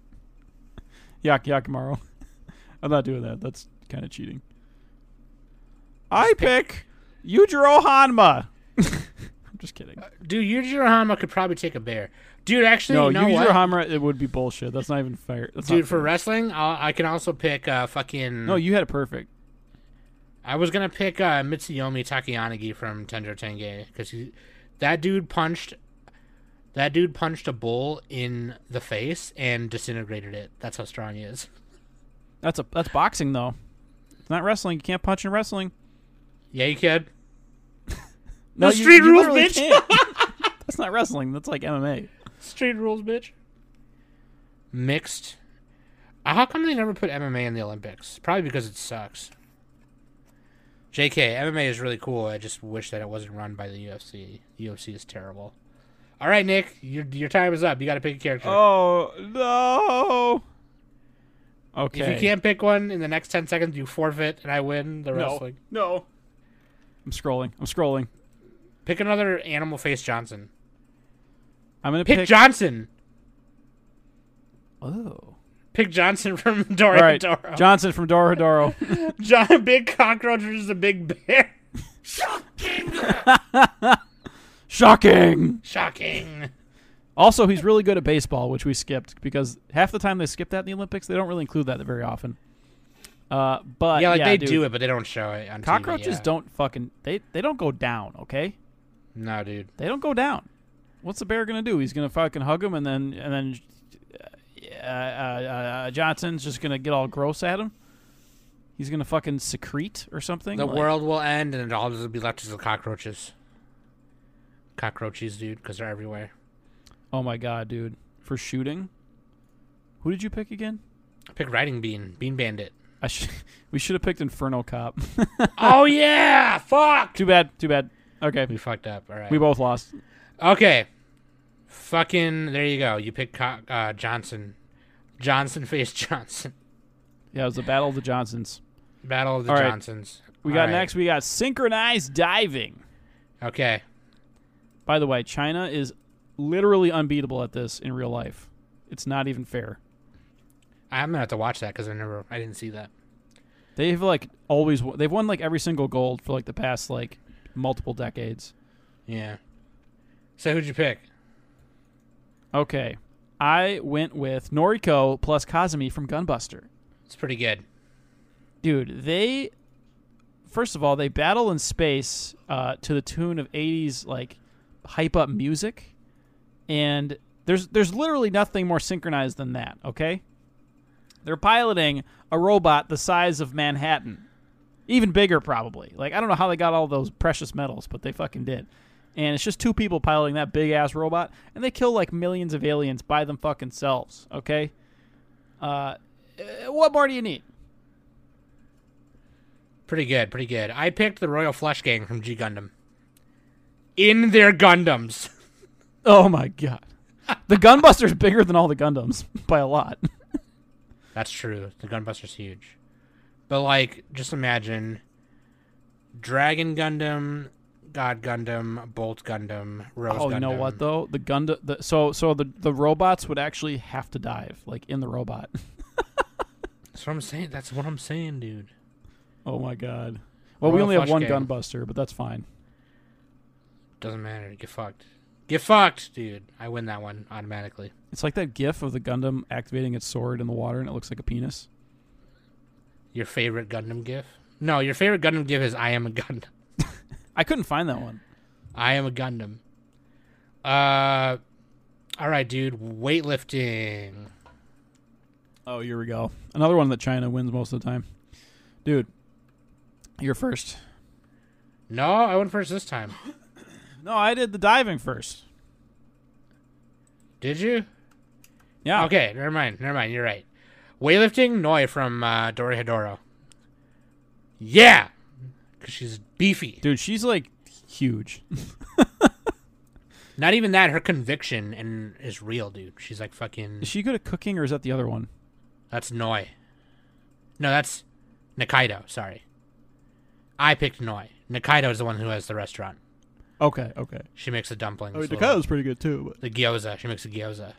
Yak Yakamaro. I'm not doing that. That's kind of cheating. I pick Yujiro Hanma. I'm just kidding.
Dude, Yujiro Hama could probably take a bear. Dude, actually,
No,
you know
Yujiro
what?
Hanma. It would be bullshit. That's not even fair. That's not
Dude, for
fair.
wrestling, I'll, I can also pick uh, fucking.
no, you had it perfect.
I was gonna pick uh, Mitsuyomi Takiyanagi from Tenjo Tenge because he, that dude punched, that dude punched a bull in the face and disintegrated it. That's how strong he is.
That's a that's boxing though. It's not wrestling. You can't punch in wrestling.
Yeah, you could.
No,
The street rules,
literally
bitch.
can't. that's not wrestling. That's like MMA.
Street rules, bitch. Mixed. Uh, How come they never put MMA in the Olympics? Probably because it sucks. JK, MMA is really cool. I just wish that it wasn't run by the UFC. UFC is terrible. All right, Nick, your your time is up. You got to pick a character.
Oh no. Okay.
If you can't pick one in the next 10 seconds, you forfeit and I win the wrestling.
no. I'm scrolling. I'm scrolling.
Pick another Animal Face Johnson.
I'm gonna
Pick,
pick.
Johnson.
oh.
Pick Johnson from Dora
All right,
Dora. John-,
Johnson from Dorohedoro.
Big Cockroach versus the Big Bear.
Shocking.
Shocking.
Also, he's really good at baseball, which we skipped because half the time they skip that in the Olympics. They don't really include that very often. Uh, but
yeah, like they
dude,
do it, but they don't show it on TV,
Cockroaches
yeah.
don't fucking they they don't go down. Okay.
No, dude.
They don't go down. What's the bear gonna do? He's gonna fucking hug him, and then and then uh, uh, uh, Johnson's just gonna get all gross at him. He's gonna fucking secrete or something.
The
like-
world will end and all that will be left is the cockroaches. Cockroaches, dude, because they're everywhere.
Oh my god, dude! For shooting, who did you pick again?
Pick Riding Bean. Bean Bandit.
I sh- we should have picked Inferno Cop.
oh, yeah! Fuck!
too bad. Too bad. Okay,
We fucked up. All right.
we both lost.
Okay. Fucking there you go. You pick Co- uh, Johnson. Johnson face Johnson.
Yeah, it was the Battle of the Johnsons.
Battle of the
All right.
Johnsons.
We
All
got
right.
next. We got synchronized diving.
Okay.
By the way, China is literally unbeatable at this in real life. It's not even fair.
I'm gonna have to watch that because I never, I didn't see that.
They've like always won- they've won like every single gold for like the past like multiple decades.
Yeah. So who'd you pick?
Okay. I went with Noriko plus Kazumi from Gunbuster.
It's pretty good.
Dude, they first of all, they battle in space uh, to the tune of 80s like hype up music and there's there's literally nothing more synchronized than that, okay? They're piloting a robot the size of Manhattan. Even bigger probably. Like I don't know how they got all those precious metals, but they fucking did. And it's just two people piloting that big ass robot and they kill like millions of aliens by them fucking selves, okay? Uh eh, what more do you need?
Pretty good. Pretty good. I picked the Royal Flush Gang from G Gundam. In their Gundams.
Oh my god. The Gunbuster's bigger than all the Gundams by a lot.
That's true. The Gunbuster's huge. But like, just imagine Dragon Gundam, God Gundam, Bolt Gundam, Rose
Oh,
Gundam.
you know what though? The Gundam. The, so so the the robots would actually have to dive like in the robot.
That's what I'm saying. That's what I'm saying, dude.
Oh my god. Well, we
Royal
only have
Flush
one
Gang.
gunbuster, but that's fine.
Doesn't matter. Get fucked. Get fucked, dude. I win that one automatically.
It's like that GIF of the Gundam activating its sword in the water, and it looks like a penis.
Your favorite Gundam GIF? No, your favorite Gundam GIF is I am a Gundam.
I couldn't find that one.
I am a Gundam. Uh, all right, dude. Weightlifting.
Oh, here we go. Another one that China wins most of the time. Dude, you're first.
No, I went first this time.
No, I did the diving first.
Did you?
Yeah.
Okay, never mind. Never mind. You're right. Weightlifting, Noi from uh, Dori Hedoro. Yeah, because she's beefy.
Dude, she's like huge.
Not even that. Her conviction and is real, dude. She's like fucking.
Is she good at cooking or is that the other one?
That's Noi. No, that's Nikaido. Sorry, I picked Noi. Nikaido is the one who has the restaurant.
Okay, okay.
She makes the dumplings.
I mean,
little-
Dakota's pretty good too, but
The gyoza. She makes a gyoza.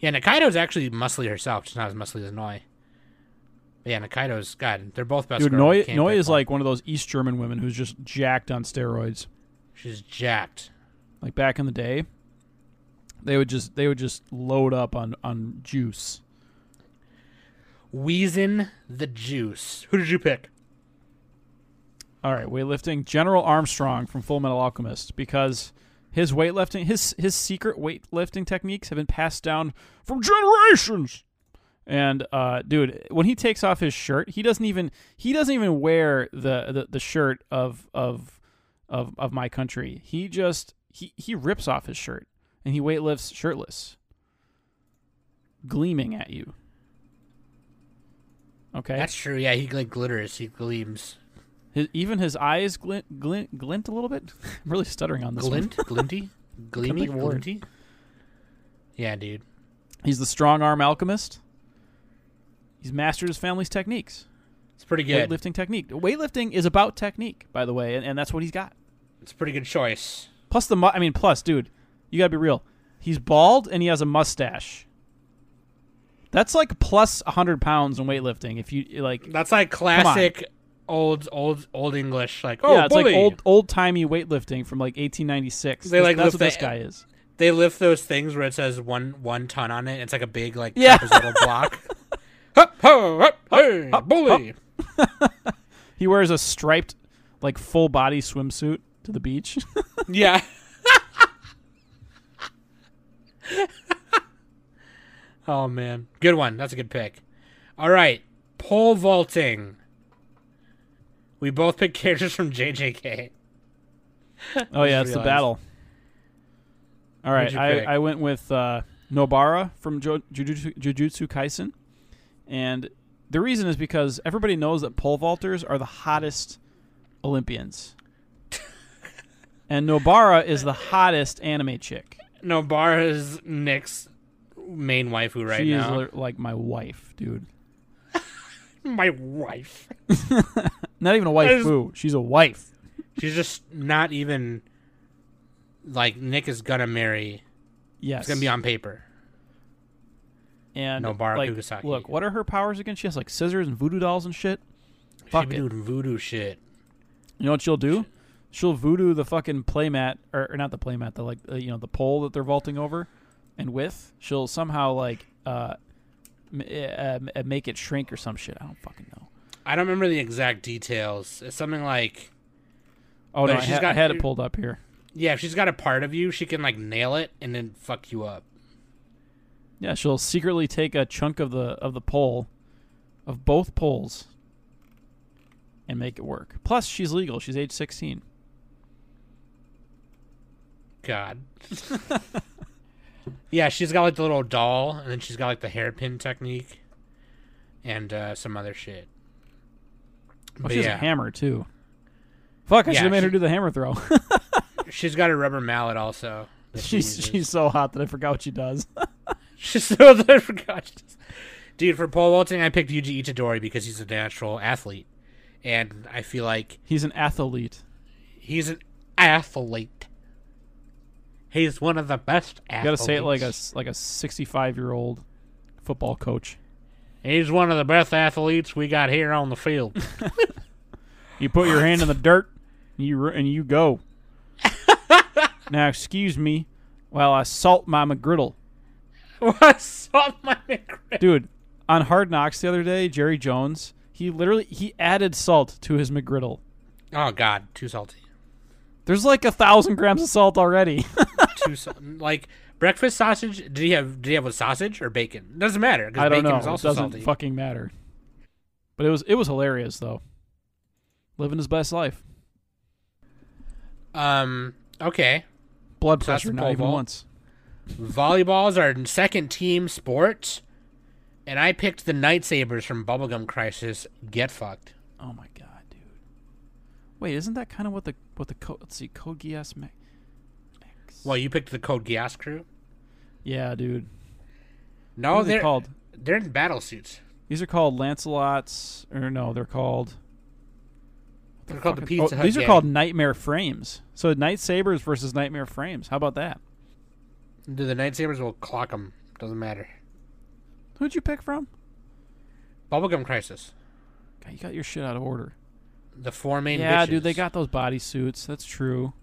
Yeah, Nikaido's actually muscly herself. She's not as muscly as Noi. But yeah, Nikaido's God. They're both best.
Dude,
girl.
Noi,
Can't
Noi
pick
is
one.
like one of those East German women who's just jacked on steroids.
she's jacked.
Like back in the day, they would just they would just load up on on juice.
Wheezing the juice. Who did you pick?
All right, weightlifting General Armstrong from Full Metal Alchemist because his weightlifting his his secret weightlifting techniques have been passed down from generations. And uh, dude, when he takes off his shirt, he doesn't even he doesn't even wear the, the, the shirt of of of of my country. He just he he rips off his shirt and he weightlifts shirtless, gleaming at you. Okay,
That's true. Yeah, he like glitters. He gleams.
his, even his eyes glint, glint, glint a little bit. I'm really stuttering on this one.
Glint. Glinty. Gleamy.
think of a word.
Glinty. Yeah, dude.
He's the strong arm alchemist. He's mastered his family's techniques.
It's pretty good.
Weightlifting technique. Weightlifting is about technique, by the way, and, and that's what he's got.
It's a pretty good choice.
Plus the, mu- I mean, plus, dude, you gotta be real. He's bald and he has a mustache. That's like plus 100 pounds in weightlifting. If you like,
That's like classic old old old English. Like oh,
yeah, it's
bully.
like old old timey weightlifting from like 1896.
They,
This-
like,
that's
lift
what this
the-
guy is.
they lift those things where it says one one ton on it. It's like a big like
Yeah.
trapezoidal block. Hup, ho, hup, hey, bully.
He wears a striped, like full body swimsuit to the beach.
Yeah. oh man, good one. That's a good pick. All right, pole vaulting. We both picked characters from JJK.
Oh yeah, it's the
realized.
battle. All
Who'd
right,
you
I,
pick?
I went with uh, Nobara from jo- Jujutsu, Jujutsu Kaisen, and the reason is because everybody knows that pole vaulters are the hottest Olympians, and Nobara is the hottest anime chick.
No, Bara's Nick's main waifu right
she is
now.
li- like my wife, dude.
My wife.
Not even a
is-
waifu. She's a wife.
She's just not even like Nick is gonna marry.
Yes,
It's gonna be on paper.
and
Nobara
like,
Kugasaki.
Look, what are her powers again? She has like scissors and voodoo dolls and shit. Fuck
she
it.
be doing voodoo shit.
You know what she'll do? She'll voodoo the fucking playmat, or, or not the playmat, the like, uh, you know, the pole that they're vaulting over, and with she'll somehow like, uh, m- uh, m- uh, make it shrink or some shit. I don't fucking know.
I don't remember the exact details. It's something like
Oh
But
no, I,
she's
ha- I
got-
had it pulled up here.
yeah, if she's got a part of you, she can like nail it and then fuck you up.
Yeah, she'll secretly take a chunk of the of the pole, of both poles, and make it work. Plus, she's legal. She's age sixteen.
God. yeah, she's got like the little doll, and then she's got like the hairpin technique, and uh, some other shit.
Oh,
But
she has a
yeah,
hammer too. Fuck! I
Yeah,
should have made her
she-
do the hammer throw.
she's got a rubber mallet also. that she
she's
uses.
she's so hot that I forgot what she does.
She's so I forgot. Dude, for pole vaulting, I picked Yuji Itadori because he's a natural athlete, and I feel like
He's an athlete.
he's an athlete. He's one of the best
You
athletes.
gotta say it like a s- like a sixty five year old football coach.
He's one of the best athletes we got here on the field.
You put your hand in the dirt, and you ru- and you go. now, excuse me, while I salt my McGriddle,
What's up, my McGriddle?
dude. On Hard Knocks the other day, Jerry Jones, he literally he added salt to his McGriddle.
Oh God, too salty.
There's like a thousand grams of salt already.
Too sa- like breakfast sausage. Did he have? Did he have with sausage or bacon? Doesn't matter
I
because
don't
bacon
know.
is
It
also
doesn't
salty.
fucking matter. But it was it was hilarious though. Living his best life.
Um. Okay.
Blood
So that's
pressure
the
not
pole
even
vault.
once.
Volleyballs are second team sports, and I picked the Nightsabers from Bubblegum Crisis. Get fucked.
Oh my god, dude. Wait, isn't that kind of what the what the code? Let's see, Code Geass Max.
Well, you picked the Code Geass crew.
Yeah, dude.
No,
What are
Oh, they're
they called?
they're in battle suits.
These are called Lancelots, or no, they're called.
They're called the
fucking-
Pizza
oh,
Hut.
these are
gang.
called Nightmare Frames. So Night Sabers versus Nightmare Frames. How about that?
Dude, the Nightsabers will clock them. Doesn't matter.
Who'd you pick from?
Bubblegum Crisis.
God, you got your shit out of order.
The four main.
yeah,
bitches.
dude, they got those bodysuits. That's true.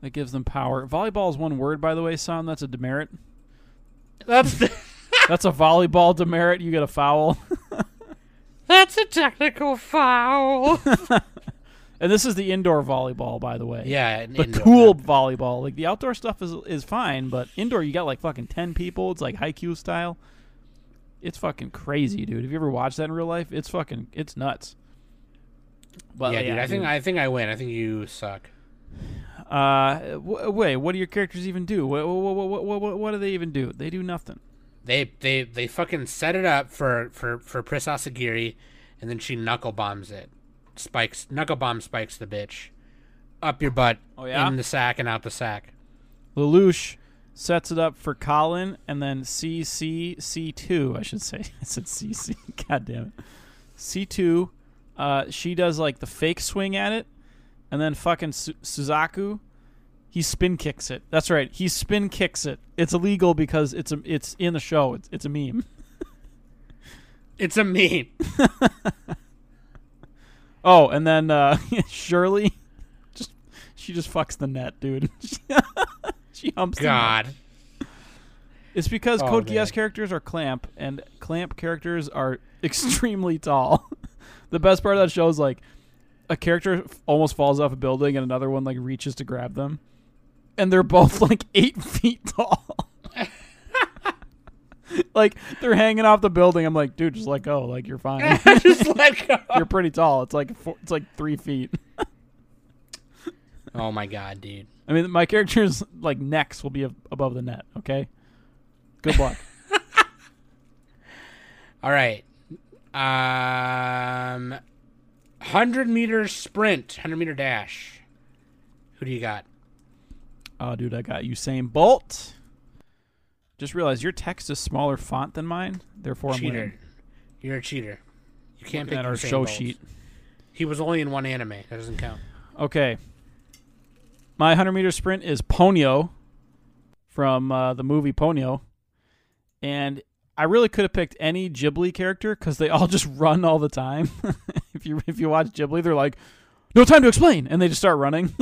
That gives them power. Volleyball is one word, by the way, son. That's a demerit.
That's the,
That's a volleyball demerit. You get a foul.
that's a technical foul.
and this is the indoor volleyball, by the way.
yeah, and
The
indoor.
cool volleyball. Like the outdoor stuff is is fine, but indoor you got like fucking ten people. It's like Haikyuu style. It's fucking crazy, dude. Have you ever watched that in real life? It's fucking it's nuts. But
yeah, dude. I think
dude.
I think I win. I think you suck.
Uh, w- wait, what do your characters even do? What, what, what, what, what, what do they even do? They do nothing.
They they they fucking set it up for for for Pris Asagiri, and then she knuckle bombs it. Spikes knuckle bomb spikes the bitch, up your butt.
Oh, yeah?
in the sack and out the sack.
Lelouch sets it up for Colin, and then CC C2, I should say. I said CC. God damn it. C2, uh, she does like the fake swing at it, and then fucking Su- Suzaku, he spin kicks it. That's right. He spin kicks it. It's illegal because it's a, it's in the show. It's, it's a meme.
It's a meme.
Oh, and then uh, Shirley, just she just fucks the net, dude. she humps. the net.
God,
It's because
Oh,
Code
man.
Geass characters are clamp, and clamp characters are extremely tall. the best part of that show is like a character f- almost falls off a building, and another one like reaches to grab them, and they're both like eight feet tall. like they're hanging off the building. I'm like, dude, just let go. Like you're fine.
just let go.
you're pretty tall. It's like four, it's like three feet.
Oh my god, dude.
I mean, my character's like necks will be ab- above the net. Okay. Good luck.
All right. Um, 100 meter sprint, 100 meter dash. Who do you got?
oh, dude, I got Usain Bolt. Just realized your text is smaller font than mine. Therefore, I'm
cheater.
winning.
You're a cheater. You can't pick
at our
Usain
show
Bolt.
sheet.
He was only in one anime. That doesn't count.
Okay. My 100 meter sprint is Ponyo from uh, the movie Ponyo. And I really could have picked any Ghibli character because they all just run all the time. if you if you watch Ghibli, they're like, no time to explain. And they just start running.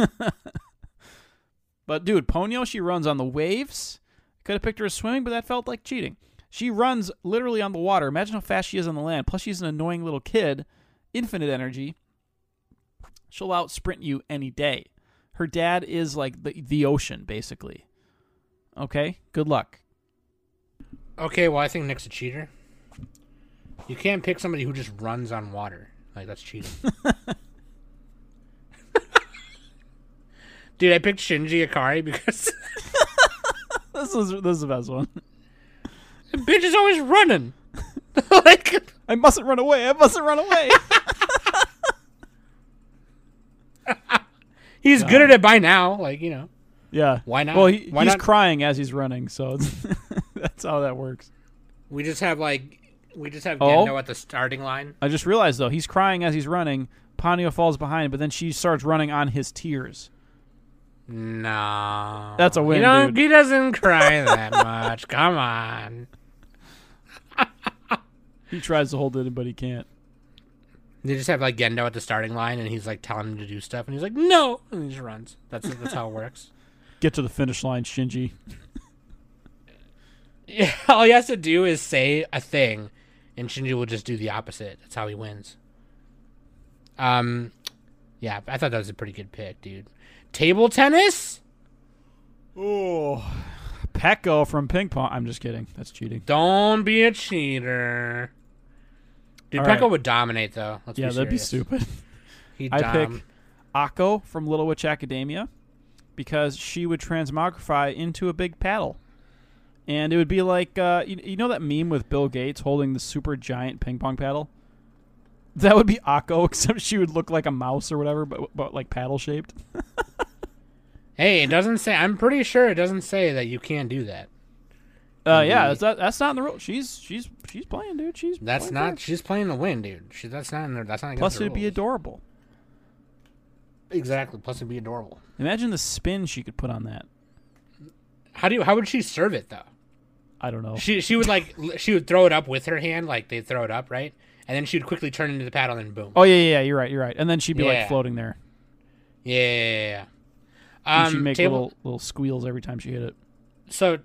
but dude, Ponyo, she runs on the waves. Could have picked her as swimming, but that felt like cheating. She runs literally on the water. Imagine how fast she is on the land. Plus, she's an annoying little kid, infinite energy. She'll out sprint you any day. Her dad is like the, the ocean, basically. Okay, good luck.
Okay, well, I think Nick's a cheater. You can't pick somebody who just runs on water. Like, that's cheating. Dude, I picked Shinji Ikari because
This is this is the best one.
the bitch is always running. like,
I mustn't run away. I mustn't run away.
he's good at it by now. Like, you know.
yeah.
Why not?
Well, he,
Why
he's
not?
crying as he's running, so it's that's how that works.
We just have like we just have
Oh.
Gendo at the starting line.
I just realized though he's crying as he's running. Ponyo falls behind, but then she starts running on his tears.
No,
That's a win,
He, don't-
dude.
he doesn't cry that much. Come on.
He tries to hold it, but he can't.
They just have like Gendo at the starting line, and he's like telling him to do stuff, and he's like, "No," and he just runs. That's that's how it works.
Get to the finish line, Shinji.
Yeah, all he has to do is say a thing, and Shinji will just do the opposite. That's how he wins. Um, yeah, I thought that was a pretty good pick, dude. Table tennis?
Oh, Pecco from ping pong. I'm just kidding. That's cheating.
Don't be a cheater. Dude,
All
Pekka
right.
would dominate though. Let's
yeah,
be
that'd be
serious.
stupid.
He'd
I
dom.
pick Akko from Little Witch Academia because she would transmogrify into a big paddle. And it would be like uh, you, you know that meme with Bill Gates holding the super giant ping pong paddle? That would be Akko, except she would look like a mouse or whatever, but, but like paddle shaped. Uh,
Hey, it doesn't say. I'm pretty sure it doesn't say that you can do that. Mm-hmm.
Uh, yeah, that's not, that's not in the rule. She's she's she's playing, dude. She's
That's
playing
not.
fair.
She's playing to win, dude. She, that's not. in there- That's not.
Plus,
it
it'd be adorable.
exactly. Plus, it'd be adorable.
Imagine the spin she could put on that.
How do you? How would she serve it though?
I don't know.
She she would like l- she would throw it up with her hand, like they throw it up, right? And then she would quickly turn into the paddle and boom.
Oh yeah, yeah, yeah, you're right, you're right. And then she'd be
Yeah.
like floating there.
Yeah, yeah, yeah, yeah.
And
Um,
she'd make
table,
little little squeals every time she hit it.
So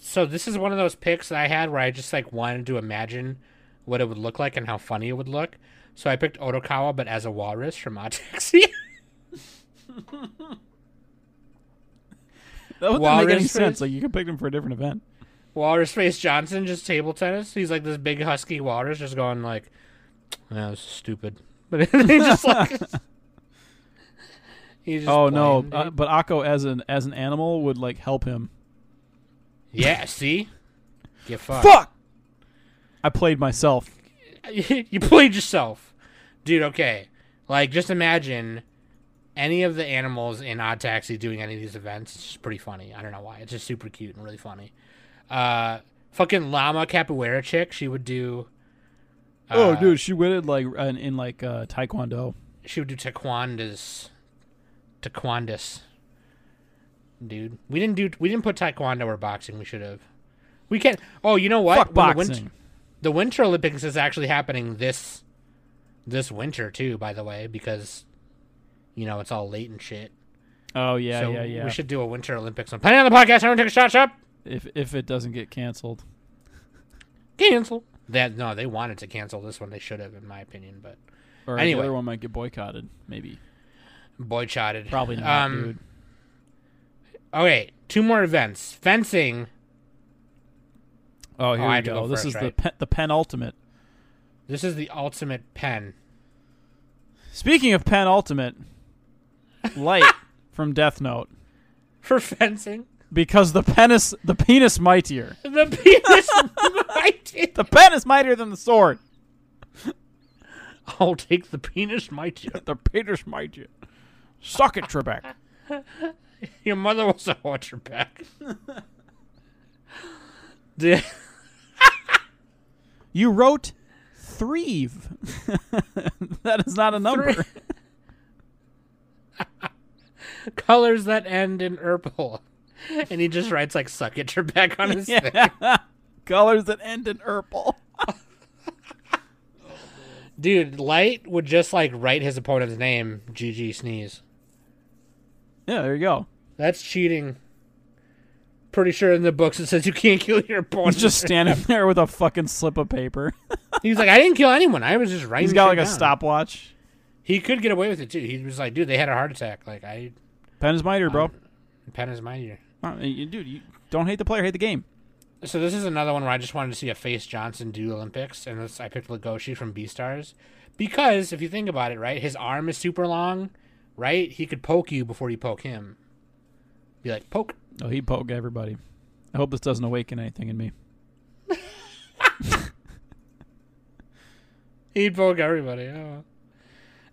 so this is one of those picks that I had where I just like wanted to imagine what it would look like and how funny it would look. So I picked Otokawa, but as a walrus from Ataxi.
That wouldn't
Walrus
make any
face?
sense. Like you could pick them for a different event.
walrus face Johnson, just table tennis. He's like this big husky walrus, just going like, "That was stupid," but he just like. he's just
oh no!
playing, dude.
Uh, but Akko as an as an animal would like help him.
Yeah, see? Get fucked.
Fuck! I played myself.
you played yourself. Dude, okay. Like, just imagine any of the animals in Odd Taxi doing any of these events. It's just pretty funny. I don't know why. It's just super cute and really funny. Uh, fucking llama capoeira chick. She would do.
oh
uh,
dude, she witted like in, in like uh, taekwondo.
She would do taekwondos. Taekwondos. Dude, we didn't do. We didn't put taekwondo or boxing. We should have. We can't. Oh, you know what?
Fuck
When the win-
boxing.
the Winter Olympics is actually happening this this winter too, by the way, because you know it's all late and shit.
Oh yeah,
so
yeah, yeah.
we should do a Winter Olympics. I'm planning on the podcast. Everyone take a shot shop.
if if it doesn't get canceled,
Cancel. That no, they wanted to cancel this one. They should have, in my opinion, but
or
Anyway.
the other one might get boycotted. Maybe.
boycotted.
Probably not,
Um,
dude.
Okay, two more events. Fencing.
Oh, here
I
we
had to
go.
go
This
first,
is the
right?
pe- the penultimate.
This is the ultimate pen.
Speaking of penultimate, light from Death Note
For fencing,
because the penis the penis mightier.
the penis. mighty.
The pen is mightier than the sword.
I'll take the penis, my dear.
The penis mightier. Suck it, Trebek.
Your mother was a hunchback. Dude,
You wrote Threve. that is not a number.
colors that end in purple. And he just writes like "suck it" your back on his thing.
Yeah. Colors that end in purple.
Dude, Light would just like write his opponent's name, GG sneeze.
Yeah, there you go.
That's cheating. Pretty sure in the books it says you can't kill your opponent.
He's just standing there with a fucking slip of paper.
He's like, I didn't kill anyone. I was just writing.
He's got
shit
like a
down."
stopwatch.
He could get away with it too. He was like, dude, they had a heart attack. Like I
Pen is mightier, bro.
pen is mightier.
Uh, you- Dude, you don't hate the player, hate the game.
So this is another one where I just wanted to see a face Johnson do Olympics, and this, I picked Legoshi from Beastars because if you think about it, right, his arm is super long, right? He could poke you before you poke him. Be like poke.
Oh, he poke everybody. I hope this doesn't awaken anything in me.
He'd poke everybody. Yeah.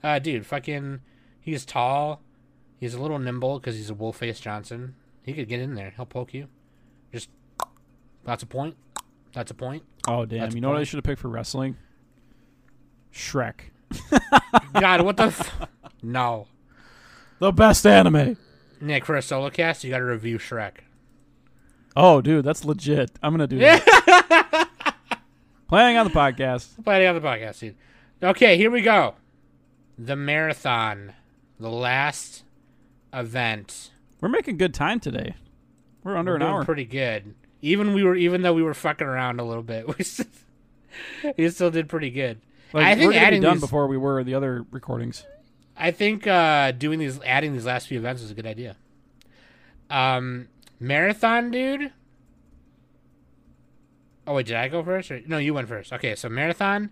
Uh, dude, fucking, he's tall. He's a little nimble because he's a wolf face Johnson. He could get in there. He'll poke you. Just that's a point. That's a point.
Oh damn!
That's
you know what I
cool.
should have picked for wrestling? Shrek,
God, what the? F- no,
the best anime.
Nick, for a solo cast, you got to review Shrek.
Oh dude, that's legit. I'm gonna do that. Playing on the podcast.
Plenty on the podcast, dude. Okay, here we go. The marathon, the last event.
We're making good time today. We're under
We're
an
doing
hour.
Pretty good. Even we were, even though we were fucking around a little bit, we still, we still did pretty good.
Like,
I
we're
think
gonna be
adding
done
these,
before we were the other recordings.
I think uh, doing these, adding these last few events was a good idea. Um, marathon, dude. Oh wait, did I go first? Or, no, you went first. Okay, so marathon.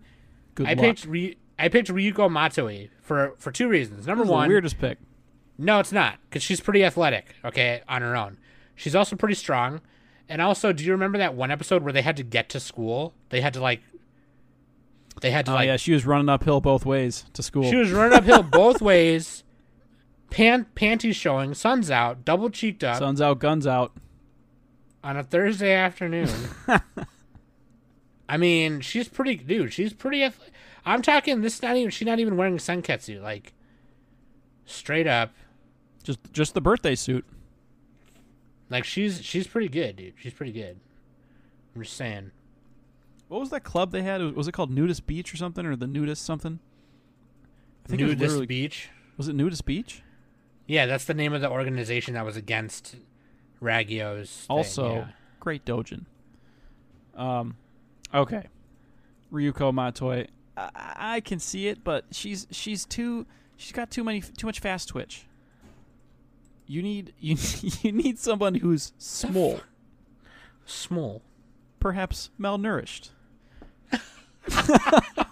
Good
I
luck.
picked Ry- I picked Ryuko Matsui for for two reasons. Number
This is
one,
the weirdest pick.
No, it's not, because she's pretty athletic. Okay, on her own, she's also pretty strong. And also, do you remember that one episode where they had to get to school? They had to like, they had to
Oh
like,
yeah, she was running uphill both ways to school.
she was running uphill both ways, pant panties showing, suns out, double cheeked up
Sun's out, guns out.
on a Thursday afternoon. I mean, she's pretty, dude. She's pretty. ath- I'm talking. This is not even. She's not even wearing senketsu. Like, straight up.
Just just the birthday suit.
Like she's she's pretty good, dude. She's pretty good. I'm just saying.
What was that club they had? Was it called Nudist Beach or something, or the Nudist something? I think it was
Nudist
literally-
Beach.
Was it Nudist Beach?
Yeah, that's the name of the organization that was against Raggio's. thing,
also,
yeah.
great Dojin. Um, okay, Ryuko Matoy. I, I I can see it, but she's she's too she's got too many too much fast twitch. You need you you need someone who's small,
small.
perhaps malnourished.
The,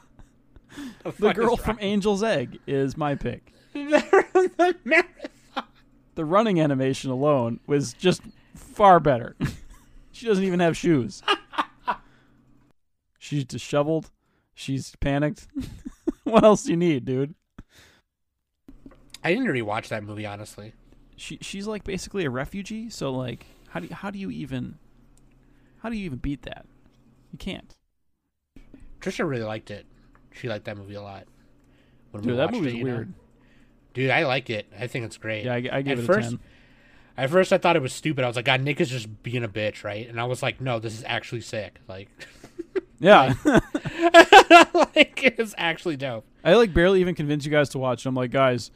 The
fuck
girl
is
from
wrong
Angel's Egg is my pick.
with the marathon?
The running animation alone was just far better. she doesn't even have shoes. She's disheveled. She's panicked. what else do you need, dude?
I didn't rewatch that movie honestly.
She she's like basically a refugee. So like, how do you, how do you even how do you even beat that? You can't.
Trisha really liked it. She liked that movie a lot. When we
Dude, that
watched
movie's
it, you know?
weird.
Dude, I like it. I think it's great.
Yeah, I, I gave
At
it a
first,
ten.
At first, I thought it was stupid. I was like, God, Nick is just being a bitch, right? And I was like, No, this is actually sick. Like,
Yeah,
like it's actually dope.
I like barely even convinced you guys to watch. it. I'm like, guys,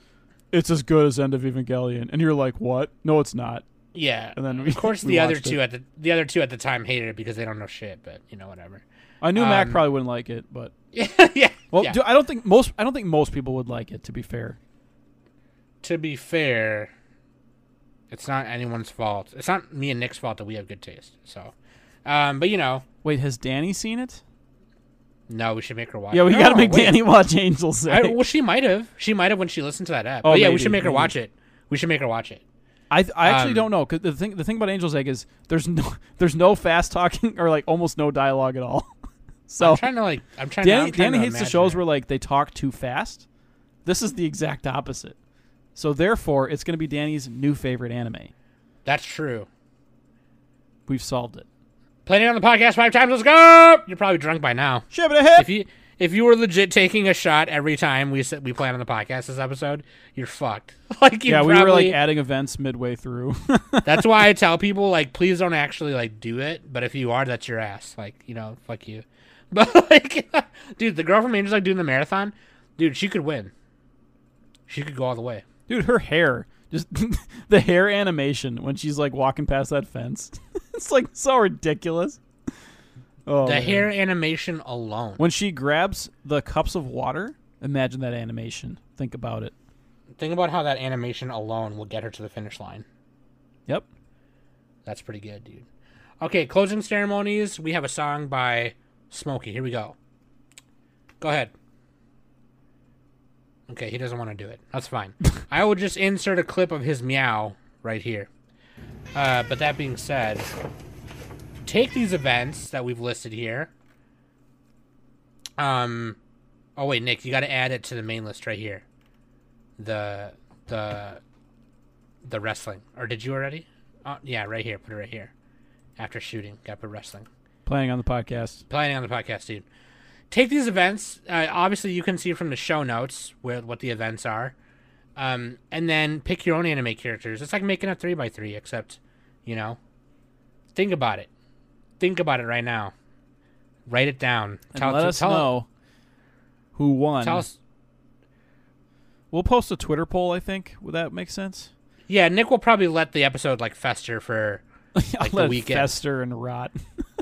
it's as good as End of Evangelion, and you're like, what? No, it's not.
Yeah.
And then we-
of course,
we
the other
watched
two at the the other two at the time hated it because they don't know shit. But you know, whatever.
I knew Mac
Um,
probably wouldn't like it, but
yeah, yeah.
Well,
yeah.
do- I don't think most. I don't think most people would like it. To be fair,
to be fair, it's not anyone's fault. It's not me and Nick's fault that we have good taste. So, um, but you know,
wait, has Danny seen it?
no, we should make her watch.
yeah, we
no,
got to make
wait.
Danny watch Angels.
I,
I,
well, she might have. She might have when she listened to that app.
Oh,
but yeah, we
maybe,
should make her
maybe.
watch it. We should make her watch it.
I, I actually
um,
don't know because the thing the thing about Angels Egg is there's no there's no fast talking or like almost no dialogue at all. so
I'm trying to like. I'm trying.
Danny
I'm trying
Danny
to
hates the
imagine
shows
it.
where like they talk too fast. This is the exact opposite. So therefore, it's going to be Danny's new favorite anime.
That's true.
We've solved it.
Playing it on the podcast five times. Let's go. You're probably drunk by now.
Shibbity
if you if you were legit taking a shot every time we said we plan on the podcast this episode, you're fucked. Like you
Yeah, we
probably,
were like adding events midway through.
that's why I tell people like please don't actually like do it, but if you are, that's your ass. Like, you know, fuck you. But like dude, the girl from Angels like doing the marathon, dude, she could win. She could go all the way.
Dude, her hair. Just the hair animation when she's like walking past that fence. it's like so ridiculous. Oh,
The
man.
hair animation alone.
When she grabs the cups of water, imagine that animation. Think about it.
Think about how that animation alone will get her to the finish line.
Yep.
That's pretty good, dude. Okay, closing ceremonies. We have a song by Smokey. Here we go. Go ahead. Okay, he doesn't want to do it. That's fine. I will just insert a clip of his meow right here. Uh, but that being said, take these events that we've listed here. Um, oh wait, Nick, you got to add it to the main list right here. The the the Oh, wrestling, or did you already? Uh, yeah, right here. Put it right here. After shooting, got to put wrestling.
Planning on the podcast.
planning on the podcast, dude. Take these events. Uh, obviously, you can see from the show notes where what the events are, um, and then pick your own anime characters. It's like making a three by three, except, you know, think about it. Think about it right now. Write it down.
And let us
tell,
know who won.
Tell us.
We'll post a Twitter poll, I think. Would that make sense?
Yeah, Nick will probably let the episode like fester for
I'll
the
let it
weekend.
fester and rot.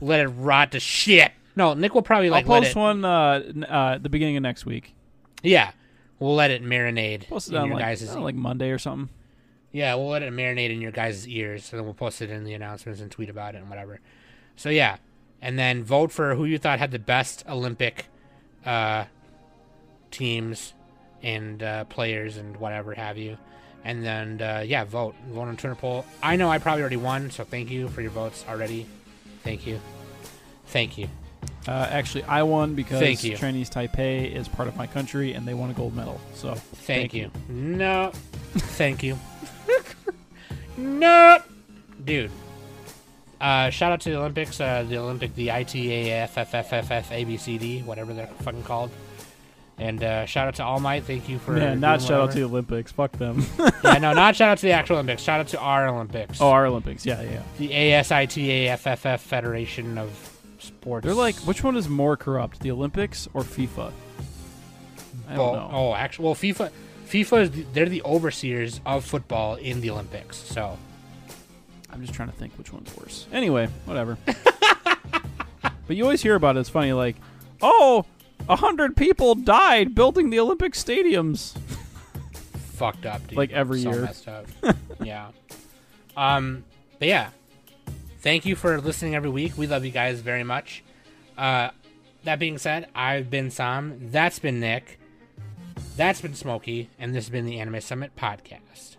let it rot to shit. No, Nick will probably like
I'll
let
post
it.
one uh, n- uh, the beginning of next week.
Yeah, we'll let it marinate
Post it
in
on
your
like,
guys'
I don't know, like Monday or something.
Yeah, we'll let it marinate in your guys' ears, and then we'll post it in the announcements and tweet about it and whatever. So yeah, and then vote for who you thought had the best Olympic uh, teams and uh, players and whatever have you. And then uh, yeah, vote. Vote on Twitter poll. I know I probably already won, so thank you for your votes already. Thank you. Thank you.
Uh, actually, I won because
Thank you.
Chinese Taipei is part of my country and they won a gold medal. So
Thank, you. No. Thank you. no. Dude. Uh, shout out to the Olympics, uh, the Olympic, the ITAFFFFFABCD, whatever they're fucking called. And uh, shout out to All Might. Thank you for.
Man, not
doing
shout out to
whatever.
the Olympics. Fuck them.
yeah, no, not shout out to the actual Olympics. Shout out to our Olympics.
oh, our Olympics. Yeah, yeah.
The ASITAFFF Federation of Sports.
They're like, which one is more corrupt, the Olympics or FIFA? I don't
Well,
know.
Oh, actually, well, FIFA, FIFA is the, they're the overseers of football in the Olympics. So
I'm just trying to think which one's worse. Anyway, whatever. but you always hear about it. It's funny, like, oh, a hundred people died building the Olympic stadiums.
fucked up, dude.
Like every
so
year.
messed up. yeah. Um. But yeah, thank you for listening every week. We love you guys very much. Uh, that being said, I've been Sam. That's been Nick. That's been Smokey, and this has been the Anime Summit podcast.